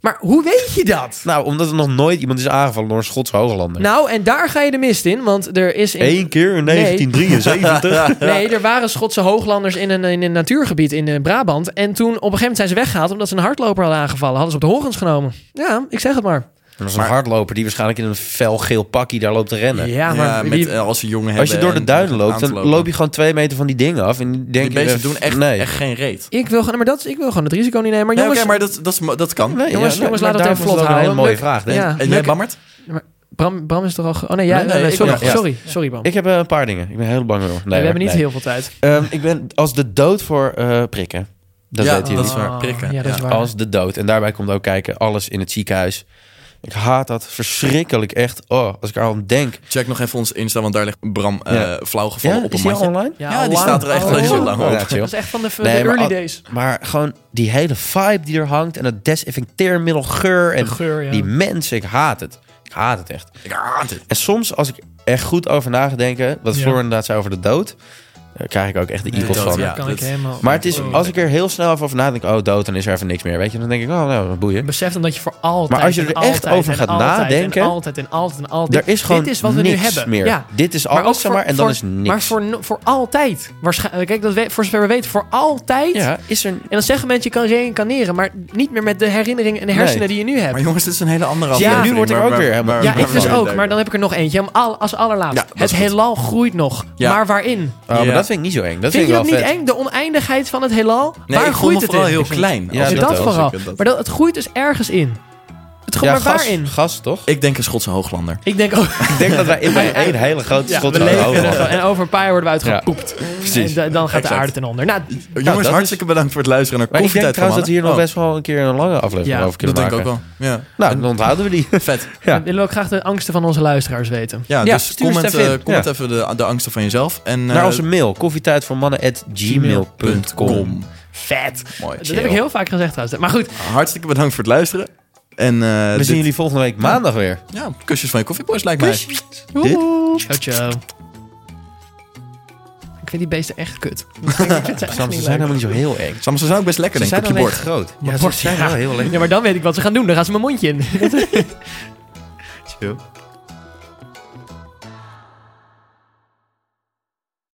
Speaker 1: Maar hoe weet je dat?
Speaker 3: Nou, omdat er nog nooit iemand is aangevallen door een Schotse Hooglander.
Speaker 1: Nou, en daar ga je de mist in, want er is... In,
Speaker 3: Eén keer in 1973.
Speaker 1: Nee, er waren Schotse hooglanders in een, in een natuurgebied in eh, Brabant. En toen, op een gegeven moment zijn ze weggehaald... omdat ze een hardloper hadden aangevallen. Hadden ze op de horens genomen. Ja, ik zeg het maar.
Speaker 3: Dat is een
Speaker 2: Maar-
Speaker 3: hardloper die waarschijnlijk in een fel geel pakje daar loopt te rennen.
Speaker 1: Ja, maar
Speaker 2: Ja, met,
Speaker 1: wie-
Speaker 2: eh, als ze jongen
Speaker 3: Als je
Speaker 2: hebben
Speaker 3: door de
Speaker 2: en-
Speaker 3: duinen
Speaker 2: en
Speaker 3: loopt, dan
Speaker 2: aanlopen.
Speaker 3: loop je gewoon twee meter van die dingen af. En denk
Speaker 2: Die
Speaker 3: je,
Speaker 2: beesten
Speaker 3: eh,
Speaker 2: doen echt,
Speaker 3: nee.
Speaker 2: echt geen reet.
Speaker 1: ik, wil, gewoon- maar dat, ik wil gewoon het risico niet nemen. Maar
Speaker 2: eh, Nee,
Speaker 1: jongens,
Speaker 2: Oké, maar dat, dat, is, mo- dat kan.
Speaker 3: Nee,
Speaker 1: jongens,
Speaker 3: ja,
Speaker 1: jongens,
Speaker 3: maar
Speaker 1: laat het even
Speaker 3: daarom is
Speaker 1: vlot
Speaker 3: ook
Speaker 1: houden.
Speaker 3: Een hele mooie
Speaker 1: Leuk.
Speaker 3: vraag. denk ik.
Speaker 1: ja,
Speaker 2: en jij
Speaker 1: leuk.
Speaker 2: bammert?
Speaker 1: Bram, Bram is toch al... ge- Oh nee, ja,
Speaker 2: Nee, nee,
Speaker 1: nee,
Speaker 2: ik
Speaker 1: sorry,
Speaker 2: ben-
Speaker 3: ja.
Speaker 1: sorry, sorry Bram.
Speaker 3: Ik heb eh, een paar dingen. Ik ben heel bang hoor. Nee,
Speaker 1: we hebben
Speaker 3: hoor,
Speaker 1: niet
Speaker 3: nee.
Speaker 1: heel veel tijd.
Speaker 3: Ehm, ik ben als de dood voor eh, prikken. Dat
Speaker 2: ja,
Speaker 3: weet je
Speaker 2: dat
Speaker 3: niet.
Speaker 2: is waar. Prikken.
Speaker 1: Oh, Ja, dat is waar.
Speaker 3: Als de dood. En daarbij komt ook kijken, alles in het ziekenhuis. Ik haat dat verschrikkelijk echt. Oh, als ik er aan denk.
Speaker 2: Check nog even ons Insta, want daar ligt Bram eh,
Speaker 3: Ja.
Speaker 2: flauw gevallen op een
Speaker 3: die al
Speaker 2: matje.
Speaker 3: online?
Speaker 2: Ja, die staat er echt
Speaker 1: al
Speaker 2: al heel lang
Speaker 3: Oh,
Speaker 2: op.
Speaker 3: ja, chill.
Speaker 1: Dat is echt van de, de
Speaker 3: Nee, maar
Speaker 1: early
Speaker 3: al-
Speaker 1: days.
Speaker 3: Maar gewoon die hele vibe die er hangt. En het desinfecteermiddel geur. En
Speaker 1: De geur, ja.
Speaker 3: die mensen. Ik haat het. Ik haat het echt.
Speaker 2: Ik haat het.
Speaker 3: En soms als ik echt goed over na ga denken. Wat
Speaker 1: Ja.
Speaker 3: Floor inderdaad zei over de dood. Daar krijg ik ook echt de
Speaker 2: Nee,
Speaker 3: iegels
Speaker 2: dood,
Speaker 3: van.
Speaker 2: ja.
Speaker 1: kan
Speaker 2: dat-
Speaker 1: ik helemaal...
Speaker 3: Maar het is,
Speaker 1: Oh.
Speaker 3: als ik er heel snel even over nadenk. Oh, dood, dan is er even niks meer. Weet je, dan denk ik, oh, nou, boeien.
Speaker 1: Besef dan dat je voor altijd.
Speaker 3: Maar als je er
Speaker 1: en
Speaker 3: echt
Speaker 1: altijd
Speaker 3: over
Speaker 1: en
Speaker 3: gaat
Speaker 1: altijd
Speaker 3: nadenken,
Speaker 1: En altijd en altijd en altijd.
Speaker 3: Er is gewoon
Speaker 1: Dit is wat we nu
Speaker 3: niks
Speaker 1: hebben.
Speaker 3: meer.
Speaker 1: Ja.
Speaker 3: Dit is alles, zeg maar, en dan
Speaker 1: voor-
Speaker 3: is niks.
Speaker 1: Maar voor, no- voor altijd. Waarschijnlijk. Kijk, dat we, voor zover we weten, voor altijd.
Speaker 3: Ja, is er... oh,
Speaker 1: En dan zeggen mensen, je kan reïncarneren, maar niet meer met de herinneringen en de hersenen
Speaker 3: Nee.
Speaker 1: die je nu hebt.
Speaker 2: Maar jongens, dit is een hele andere
Speaker 1: nu
Speaker 2: aflevering.
Speaker 3: word ik
Speaker 2: waar-
Speaker 3: ook
Speaker 2: waar-
Speaker 3: weer helemaal-
Speaker 2: waar-
Speaker 1: ja,
Speaker 2: waar-
Speaker 1: ik dus
Speaker 2: waar-
Speaker 1: ook. Maar dan heb ik er nog eentje. Om al- Als allerlaatst.
Speaker 2: Ja, dat
Speaker 1: het
Speaker 2: is goed.
Speaker 1: heelal groeit nog.
Speaker 2: Ja.
Speaker 1: Maar waarin?
Speaker 3: Oh,
Speaker 2: Ja.
Speaker 3: maar dat vind ik niet zo eng. Dat
Speaker 1: Vind
Speaker 3: vind,
Speaker 1: je
Speaker 3: ik
Speaker 1: dat
Speaker 3: wel
Speaker 1: niet
Speaker 3: vet.
Speaker 1: eng? De oneindigheid van het heelal?
Speaker 2: Nee,
Speaker 1: Waar
Speaker 2: ik vond
Speaker 1: groeit
Speaker 2: me
Speaker 1: het
Speaker 2: vooral
Speaker 1: in?
Speaker 2: heel klein.
Speaker 3: Ja,
Speaker 2: als
Speaker 1: Ja,
Speaker 2: ik
Speaker 1: dat,
Speaker 2: als ik
Speaker 1: vooral.
Speaker 2: dat-
Speaker 1: Maar dat, het groeit dus ergens in. Het groeit
Speaker 3: ja,
Speaker 1: maar
Speaker 3: gas,
Speaker 1: waarin?
Speaker 3: gas, toch?
Speaker 2: Ik denk een Schotse hooglander.
Speaker 1: Ik denk ook.
Speaker 3: Ik denk dat wij in bij één hele grote
Speaker 1: Ja,
Speaker 3: schot
Speaker 1: we leven in een- en over een paar jaar worden we uitgepoept.
Speaker 3: Precies.
Speaker 1: En da- dan gaat de
Speaker 2: Exact.
Speaker 1: aarde ten onder. Nou,
Speaker 2: Jongens,
Speaker 3: dat
Speaker 2: hartstikke bedankt voor het luisteren naar
Speaker 3: Maar ik denk
Speaker 2: Koffietijd van
Speaker 3: trouwens dat we hier nog
Speaker 2: Mannen.
Speaker 3: best wel een keer een lange aflevering
Speaker 1: Ja,
Speaker 3: over
Speaker 2: Oh, Dat
Speaker 3: kunnen
Speaker 2: denk ik ook
Speaker 3: maken.
Speaker 2: wel. Ja,
Speaker 3: Nou, dan onthouden we die.
Speaker 2: vet.
Speaker 3: Ja.
Speaker 1: willen we ook graag de angsten van onze luisteraars weten.
Speaker 2: Ja,
Speaker 3: Ja,
Speaker 2: dus
Speaker 3: stuur eens
Speaker 2: comment,
Speaker 3: even in.
Speaker 2: eh, comment
Speaker 3: Ja.
Speaker 2: even de, de angsten van jezelf. En,
Speaker 3: Naar
Speaker 2: eh,
Speaker 3: onze mail, koffietijdvoormannen.gmail.com.
Speaker 2: .com.
Speaker 1: Vet.
Speaker 2: Mooi.
Speaker 1: Dat heb ik heel vaak gezegd trouwens. Maar goed,
Speaker 2: Hartstikke bedankt voor het luisteren. En, eh,
Speaker 3: We
Speaker 2: dit-
Speaker 3: zien jullie volgende week maandag weer.
Speaker 2: Ja, kusjes van je koffieboys lijkt mij.
Speaker 3: Dit-
Speaker 1: ciao ciao. Ik vind die beesten echt kut. Ik vind ze echt
Speaker 3: Sam,
Speaker 1: niet
Speaker 3: ze
Speaker 1: leuk.
Speaker 3: zijn nou- helemaal niet zo heel eng.
Speaker 2: Samen, ze zijn ook best lekker,
Speaker 3: Ze
Speaker 2: denk ik,
Speaker 3: zijn
Speaker 2: op je
Speaker 3: alleen
Speaker 2: bord.
Speaker 3: groot.
Speaker 1: Ja,
Speaker 3: Ja,
Speaker 1: bord,
Speaker 3: ze zijn
Speaker 1: ja.
Speaker 3: wel heel
Speaker 1: Ja,
Speaker 3: leuk.
Speaker 1: maar dan weet ik wat ze gaan doen. Dan gaan ze mijn mondje in.
Speaker 3: Chill.